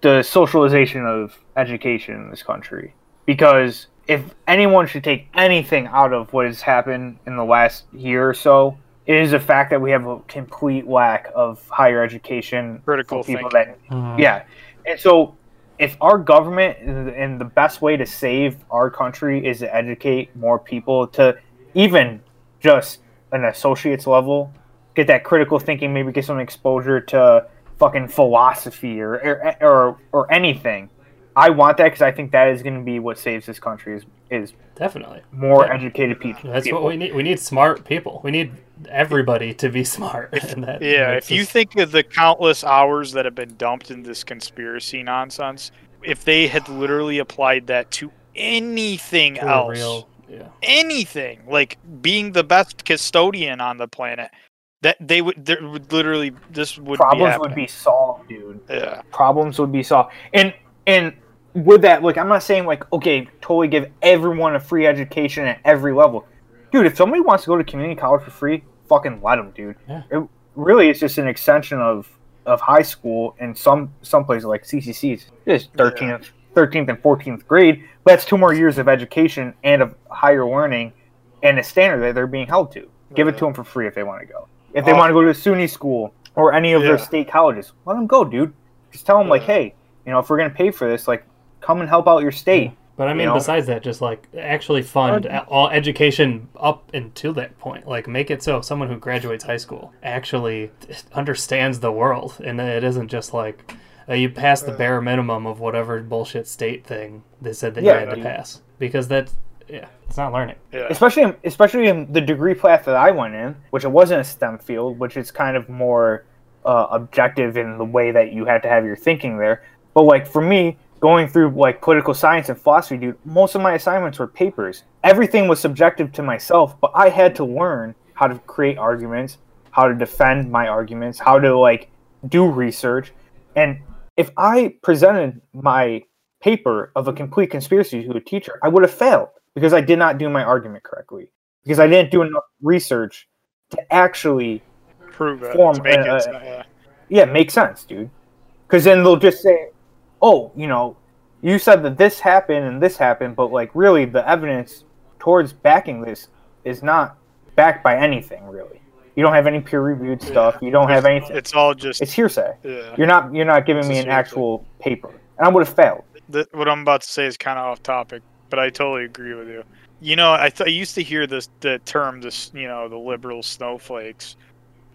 the socialization of education in this country. Because if anyone should take anything out of what has happened in the last year or so, it is the fact that we have a complete lack of higher education for Critical people thinking. that Mhm. yeah. And so if our government and the best way to save our country is to educate more people to even just an associate's level, get that critical thinking, maybe get some exposure to fucking philosophy or or or, or anything. I want that because I think that is going to be what saves this country is is Definitely. more Yeah. educated people. That's what we need. We need smart people. We need everybody to be smart. and that- Yeah, it's if you just- think of the countless hours that have been dumped in this conspiracy nonsense, if they had literally applied that to anything for else, real, yeah. anything like being the best custodian on the planet, that they would there would literally this would Problems be would be solved, dude. happening. yeah. problems would be solved. And and with that, like I'm not saying like okay, totally give everyone a free education at every level, dude. If somebody wants to go to community college for free, fucking let them, dude. Yeah. It really it's just an extension of of high school and some some places like CCCs, just thirteenth, thirteenth and fourteenth grade. But that's two more years of education and of higher learning, and a standard that they're being held to. Give it to them for free if they want to go. If they Oh. want to go to a SUNY school or any of Yeah. their state colleges, let them go, dude. Just tell them like, Yeah. hey, you know, if we're gonna pay for this, like, come and help out your state. But I you mean, know? besides that, just like actually fund a- all education up until that point. Like make it so someone who graduates high school actually understands the world, and it isn't just like uh, you pass the bare minimum of whatever bullshit state thing they said that Yeah, you had to dude. pass. Because that's yeah, it's not learning. Yeah. Especially, especially in the degree path that I went in, which it wasn't a STEM field, which is kind of more uh, objective in the way that you had to have your thinking there. But like for me, going through like political science and philosophy, dude, most of my assignments were papers. Everything was subjective to myself, but I had to learn how to create arguments, how to defend my arguments, how to like do research. And if I presented my paper of a complete conspiracy to a teacher, I would have failed because I did not do my argument correctly, because I didn't do enough research to actually Prove it. Form, to make uh, it so- yeah. yeah, make sense, dude. Because then they'll just say, oh, you know, you said that this happened and this happened, but like really the evidence towards backing this is not backed by anything, really. You don't have any peer reviewed stuff. You don't have anything. It's all just It's hearsay. yeah. You're not you're not giving me It's an a actual paper, and I would have failed. th- what I'm about to say is kind of off topic, but I totally agree with you. You know, I, th- I used to hear this the term this you know the liberal snowflakes.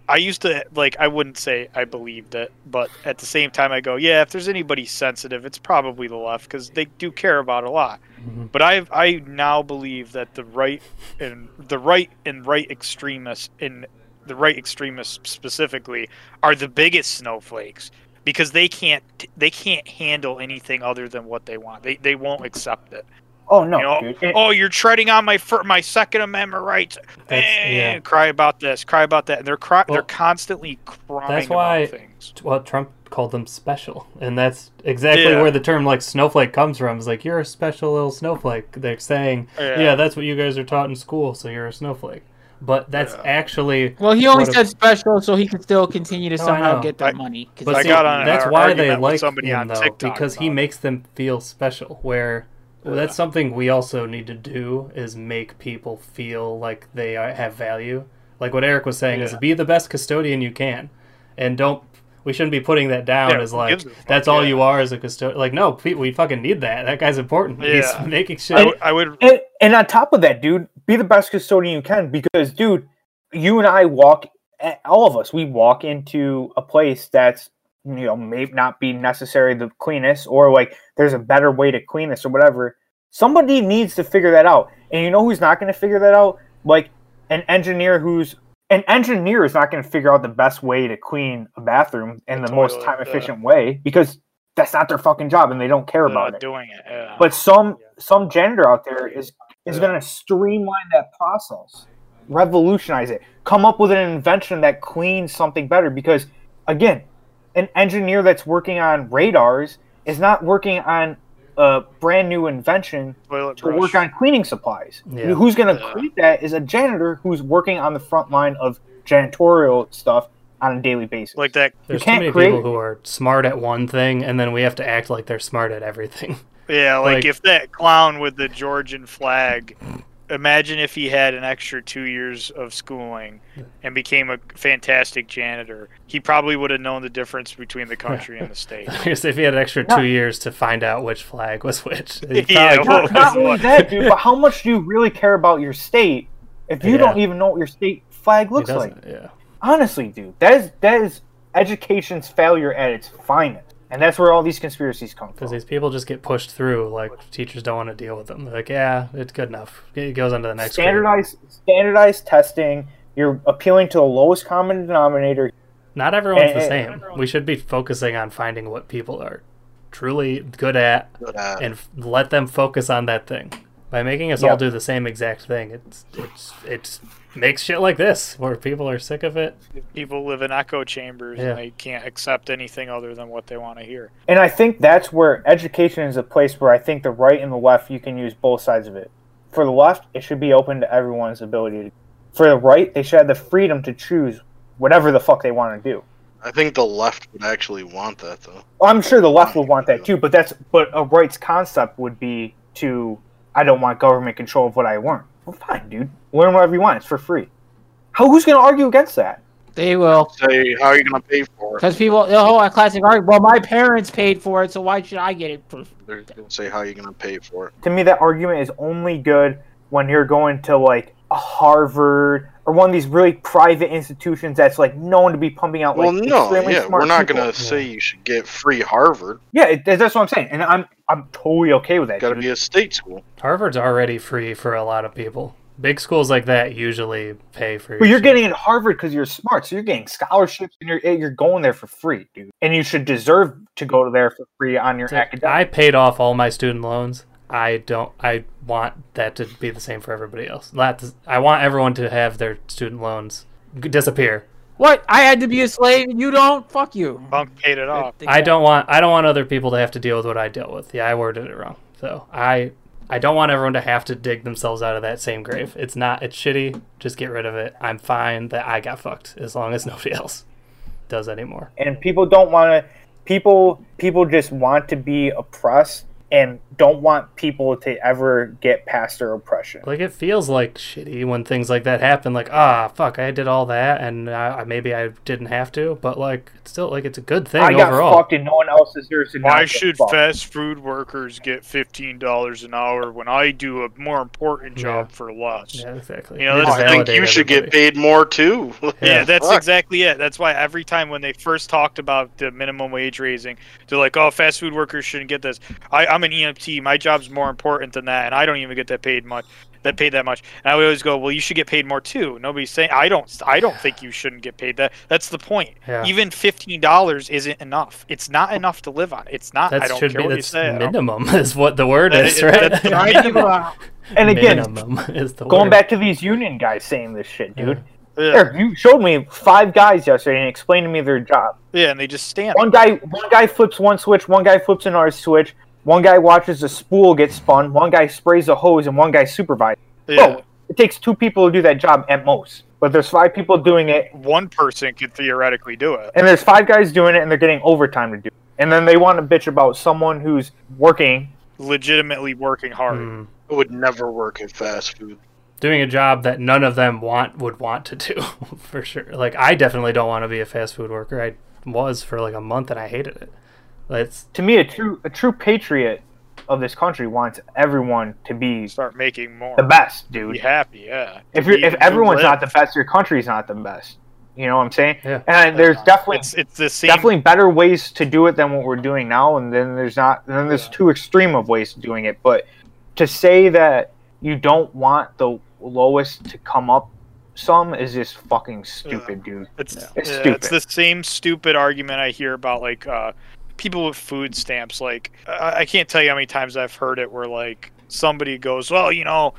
I used to like I wouldn't say I believed it, but at the same time I go, yeah, if there's anybody sensitive, it's probably the left because they do care about a lot. Mhm. But I I now believe that the right and the right and right extremists and the right extremists specifically are the biggest snowflakes because they can't they can't handle anything other than what they want. They they won't accept it. Oh no, You know, dude. It- Oh, you're treading on my fir- my Second Amendment rights. That's- Eh, yeah. Cry about this. Cry about that. And they're cry- Well, they're constantly crying that's why- about things. Well, Trump called them special, and that's exactly Yeah. where the term like snowflake comes from. It's like you're a special little snowflake. They're saying, Yeah. yeah, that's what you guys are taught in school, so you're a snowflake. But that's Yeah. actually Well, he only What a- said special, so he can still continue to No, I somehow know. get that I- money. 'cause But I they- see, got on an that's ar- why argument they with like somebody him on though, TikTok because he about it. makes them feel special. Where well, Yeah. that's something we also need to do is make people feel like they are, have value. Like what Eric was saying is Yeah. be the best custodian you can, and don't. We shouldn't be putting that down Yeah, as who like gives a fuck, that's all yeah. you are as a custodian. Like no, pe- we fucking need that. That guy's important. Yeah. He's making shit. I, w- I would And, and on top of that, dude, be the best custodian you can because, dude, you and I walk, eh, all of us, we walk into a place that's, you know, may not be necessarily the cleanest or like there's a better way to clean this or whatever. Somebody needs to figure that out. And you know who's not going to figure that out? Like an engineer who's, an engineer is not going to figure out the best way to clean a bathroom in A the most toilet, time yeah. efficient way because that's not their fucking job and they don't care they're about it not uh, doing it. Yeah. but some some janitor out there is is Yeah. going to streamline that process revolutionize it come up with an invention that cleans something better because again an engineer that's working on radars is not working on a brand new invention Toilet to brush. work on cleaning supplies Yeah. who's going to Yeah. create that is a janitor who's working on the front line of janitorial stuff on a daily basis like that. There's too can't many create- people who are smart at one thing, and then we have to act like they're smart at everything. Yeah, like, Like- if that clown with the Georgian flag, imagine if he had an extra two years of schooling and became a fantastic janitor. He probably would have known the difference between the country and the state. Because if he had an extra Not- two years to find out which flag was which, he Yeah, probably well, not, could've- not only that, dude, but how much do you really care about your state if you Yeah. don't even know what your state flag he looks like? doesn't, yeah. Honestly, dude, that is that is education's failure at its finest, and that's where all these conspiracies come Because from. these people just get pushed through. Like teachers don't want to deal with them. They're like, yeah, it's good enough. It goes on to the next. grade." Standardized standardized testing. You're appealing to the lowest common denominator. Not everyone's the Eh, eh. same. We should be focusing on finding what people are truly good at uh, and f- let them focus on that thing. By making us Yeah. all do the same exact thing, it's it's it's makes shit like this where people are sick of it. People live in echo chambers Yeah. and they can't accept anything other than what they want to hear. And I think that's where education is a place where I think the right and the left you can use both sides of it. For the left, it should be open to everyone's ability. To, for the right, they should have the freedom to choose whatever the fuck they want to do. I think the left would actually want that though. Well, I'm sure the left would want that too, but that's but a rights concept would be to I don't want government control of what I learn. Well, fine, dude, learn whatever you want. It's for free. How who's gonna argue against that? They will. Say, how are you gonna pay for it? Because people, the whole classic argument, well, my parents paid for it, so why should I get it for They're gonna say, how are you gonna pay for it? To me, that argument is only good when you're going to like a Harvard or one of these really private institutions that's like known to be pumping out Well, like no, extremely yeah, smart we're not people. gonna say you should get free Harvard. Yeah, it, that's what I'm saying, and I'm I'm totally okay with that. Got to dude. be a state school. Harvard's already free for a lot of people. Big schools like that usually pay for. But your you're shit. getting in eh, Harvard because you're smart, so you're getting scholarships and you're you're going there for free, dude. And you should deserve to go to there for free on your So academic. I paid off all my student loans. I don't. I want that to be the same for everybody else. Not. to- I want everyone to have their student loans g- disappear. What? I had to be a slave and you don't? Fuck you. Bunk paid it off. I don't want. I don't want other people to have to deal with what I dealt with. Yeah, I worded it wrong. So I. I don't want everyone to have to dig themselves out of that same grave. It's not. It's shitty. Just get rid of it. I'm fine that I got fucked as long as nobody else does anymore. and people don't want to. People people just want to be oppressed and don't want people to ever get past their oppression. Like it feels like shitty when things like that happen. Like ah, fuck, I did all that, and uh, maybe I didn't have to, but like it's still like it's a good thing I got overall. fucked, and no one else deserves to. not Why get should fucked. fast food workers get fifteen dollars an hour when I do a more important job for less? Yeah, Yeah, exactly. You know, You're that's- I think you validating should get everybody. paid more too. Yeah. that's Fuck. exactly it. That's why every time when they first talked about the minimum wage raising, they're like, "Oh, fast food workers shouldn't get this." I, I'm an EMT. My job's more important than that, and I don't even get that paid much. That paid that much. And I would always go, "Well, you should get paid more too." Nobody's saying I don't. I don't think you shouldn't get paid that. That's the point. Yeah. Even fifteen dollars isn't enough. It's not enough to live on. It's not. I That don't should care be what you that's say. I don't minimum is what the word That is, is- right? that's the Try to give up. And again, minimum is the going word. back to these union guys saying this shit, dude. Yeah. Eric, you showed me five guys yesterday and explained to me their job. Yeah, and they just stand. One guy, one guy flips one switch, one guy flips another switch, one guy watches a spool get spun, one guy sprays a hose, and one guy supervises. Yeah. Bro, it takes two people to do that job at most, but there's five people doing it, One person could theoretically do it. and there's five guys doing it, and they're getting overtime to do. It. And then they want to bitch about someone who's working. Legitimately working hard. Mm. I would never work at fast food. doing a job that none of them want would want to do for sure. Like I definitely don't want to be a fast food worker. I was for like a month and I hated it. It's To me, a true a true patriot of this country wants everyone to be Start making more. the best, dude. Be happy, yeah. if you're, You- if you everyone's not the live. best, your country's not the best. You know what I'm saying? Yeah. And there's definitely it's it's the same. definitely better ways to do it than what we're doing now. And then there's not. And then there's two extreme of ways of doing it. But to say that you don't want the lowest to come up some is just fucking stupid, dude. It's It's yeah, stupid. it's the same stupid argument I hear about like uh, people with food stamps. Like I, I can't tell you how many times I've heard it where like somebody goes, "Well, you know,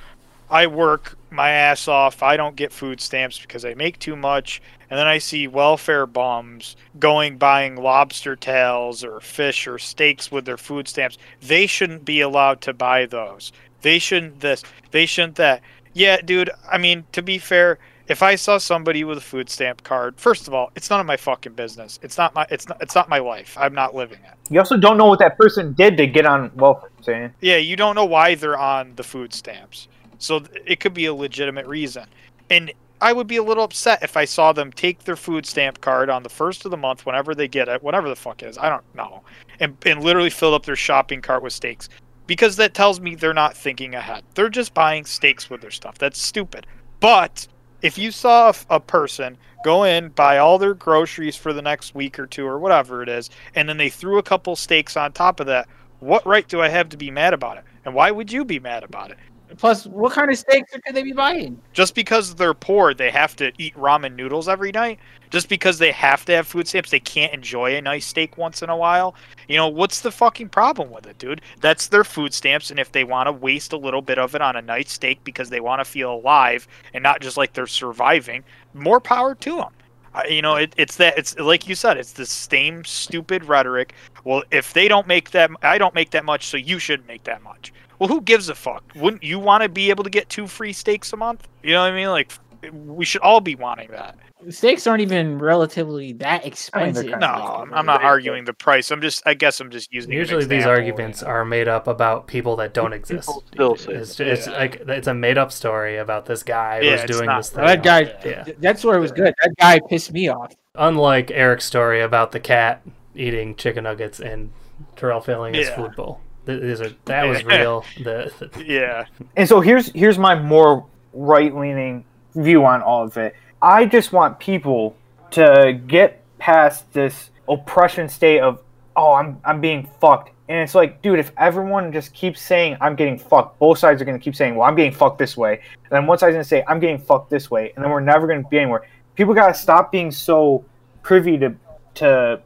I work my ass off. I don't get food stamps because I make too much." And then I see welfare bums going buying lobster tails or fish or steaks with their food stamps. They shouldn't be allowed to buy those. They shouldn't this. They shouldn't that. Yeah, dude. I mean, to be fair, if I saw somebody with a food stamp card, first of all, it's none of my fucking business. It's not my. It's not. It's not my life. I'm not living it. You also don't know what that person did to get on welfare. Saying Yeah, you don't know why they're on the food stamps. So th- it could be a legitimate reason. And I would be a little upset if I saw them take their food stamp card on the first of the month, whenever they get it, whatever the fuck it is, I don't know, and, and literally fill up their shopping cart with steaks. Because that tells me they're not thinking ahead. They're just buying steaks with their stuff. That's stupid. But if you saw a f- a person go in, buy all their groceries for the next week or two or whatever it is, and then they threw a couple steaks on top of that, what right do I have to be mad about it? And why would you be mad about it? Plus, what kind of steaks could they be buying? Just because they're poor, they have to eat ramen noodles every night. Just because they have to have food stamps, they can't enjoy a nice steak once in a while. You know, what's the fucking problem with it, dude? That's their food stamps, and if they want to waste a little bit of it on a nice steak because they want to feel alive and not just like they're surviving, more power to them. I, you know, it, it's that it's like you said, it's the same stupid rhetoric. Well, if they don't make that, I don't make that much, so you should make that much. Well, who gives a fuck? Wouldn't you want to be able to get two free steaks a month? You know what I mean? Like, we should all be wanting that. Steaks aren't even relatively that expensive. kinda No, I'm, I'm not arguing the price. I'm just, I guess, I'm just using. an usually these example, arguments are made up about people that don't exist. still say it's, that. it's like it's a made up story about this guy Yeah, who's it's doing not- this thing. Now, that guy, Yeah. th- that's where it was good. That guy pissed me off. Unlike Eric's story about the cat eating chicken nuggets and Terrell filling his Yeah. food bowl. Th- These are that was real. The, the- Yeah, and so here's here's my more right leaning view on all of it. I just want people to get past this oppression state of oh I'm I'm being fucked. And it's like, dude, if everyone just keeps saying I'm getting fucked, both sides are gonna keep saying, Well, I'm getting fucked this way. And then one side's gonna say, I'm getting fucked this way, and then we're never gonna be anywhere. People gotta stop being so privy to to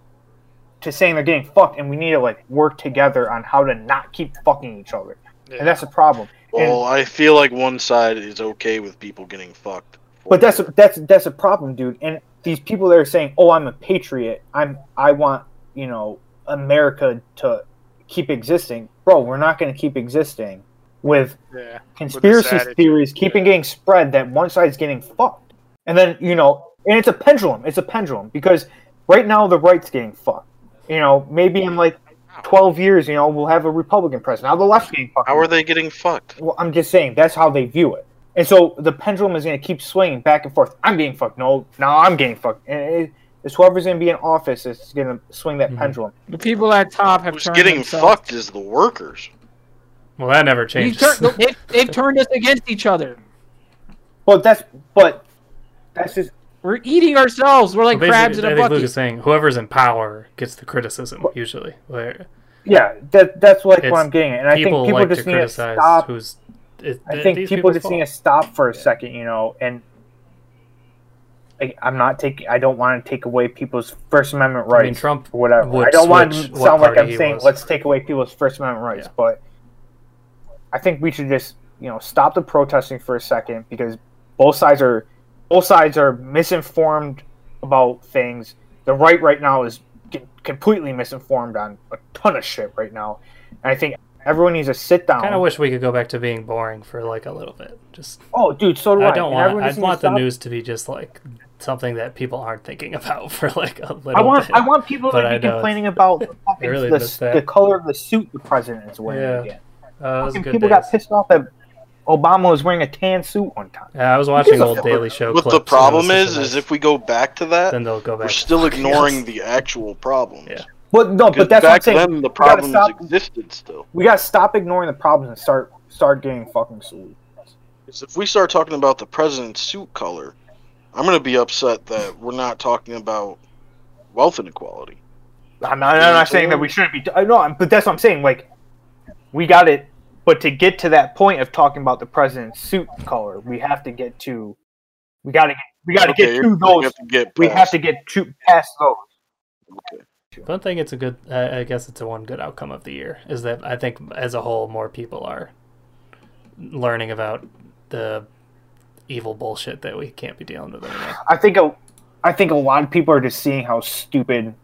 to saying they're getting fucked, and we need to like work together on how to not keep fucking each other. Yeah. And that's a problem. well, I feel like one side is okay with people getting fucked. But that's that's that's a problem, dude. And these people that are saying, "Oh, I'm a patriot. I'm I want you know America to keep existing." Bro, we're not going to keep existing with Yeah. conspiracy attitude. theories keeping getting spread that one side's getting fucked, and then you know, and it's a pendulum. It's a pendulum because right now the right's getting fucked. You know, maybe in like twelve years, you know, we'll have a Republican president. Now the left's getting fucked. How are they getting fucked? Well, I'm just saying that's how they view it, and so the pendulum is going to keep swinging back and forth. I'm getting fucked. No, no, I'm getting fucked. And it, it's whoever's going to be in office is going to swing that Mhm. pendulum. The people at top have Who's turned getting themselves- fucked is the workers. Well, that never We've changes. tur- look, they've, they've turned us against each other. But that's but that's just We're eating ourselves. We're like Basically, crabs in I a think Luke is bucket. saying whoever's in power gets the criticism usually. Where yeah. That that's like It's- what I'm getting at. And I think people, people like just to need to criticize stop. who's. It, I th- think these people people's just need to fault. stop for a second, you know, and. I- I'm not taking. I don't want to take away people's First Amendment I rights. mean, Trump or whatever. would I don't want to switch what sound like party I'm he saying was. let's take away people's First Amendment rights, Yeah. but I think we should just you know stop the protesting for a second because both sides are both sides are misinformed about things. The right right now is get- completely misinformed on a ton of shit right now, and I think everyone needs to sit down. I kind of wish we could go back to being boring for like a little bit. Just oh, dude, so do I. I don't And want. everyone I just needs want to the stop- news to be just like something that people aren't thinking about for like a little I want bit. I want people But to I be know. complaining about the, fucking- really the, miss that. the color of the suit the president is wearing Yeah. again. Uh, it was Fucking good people days. got pissed off that Obama was wearing a tan suit one time. Yeah, I was watching gives a old fuck? Daily Show But clips. and the it was problem such a is, mess. is if we go back to that, then they'll go back. we're still Fucking ignoring yes. the actual problems. Yeah. But no, but that's what I'm back saying. then, the gotta problems stop- existed still. We gotta stop ignoring the problems and start start getting fucking solutions. Because if we start talking about the president's suit color, I'm going to be upset that we're not talking about wealth inequality. I'm not, I'm not saying that we shouldn't be. I know, I'm- but that's what I'm saying. Like, we got it. But to get to that point of talking about the president's suit color, we have to get to. We gotta get. We gotta Okay, get to we those. have to get We past- have to get to past those. One thing it's a good, I I guess it's a one good outcome of the year is that I think as a whole more people are learning about the evil bullshit that we can't be dealing with anymore. I think a, I think a lot of people are just seeing how stupid,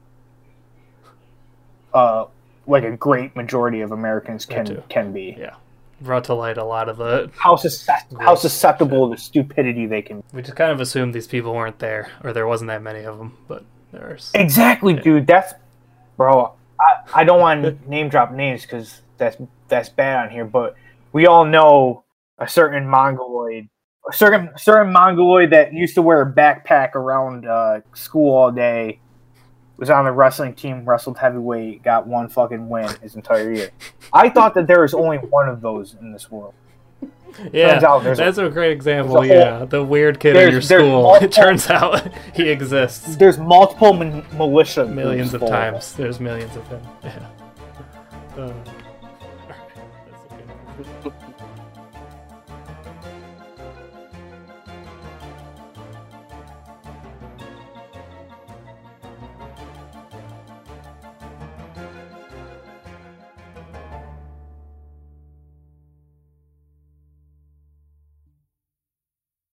uh, like a great majority of Americans Me can too. can be. Yeah. Brought to light a lot of the. How susceptible, Yeah. how susceptible to stupidity they can. We just kind of assumed these people weren't there, or there wasn't that many of them, but there's. Exactly, dude. That's, bro. I, I don't want to name drop names because that's that's bad on here. But we all know a certain mongoloid, a certain certain mongoloid that used to wear a backpack around uh, school all day. Was on the wrestling team, wrestled heavyweight, got one fucking win his entire year. I thought that there was only one of those in this world. Yeah, turns out there's a- that's a, great example. there's a yeah, the weird kid in there's- your there's school. multiple- It turns out he exists There's multiple min- militia, groups millions of full it. times. There's millions of him. Yeah. Uh, all right. That's okay.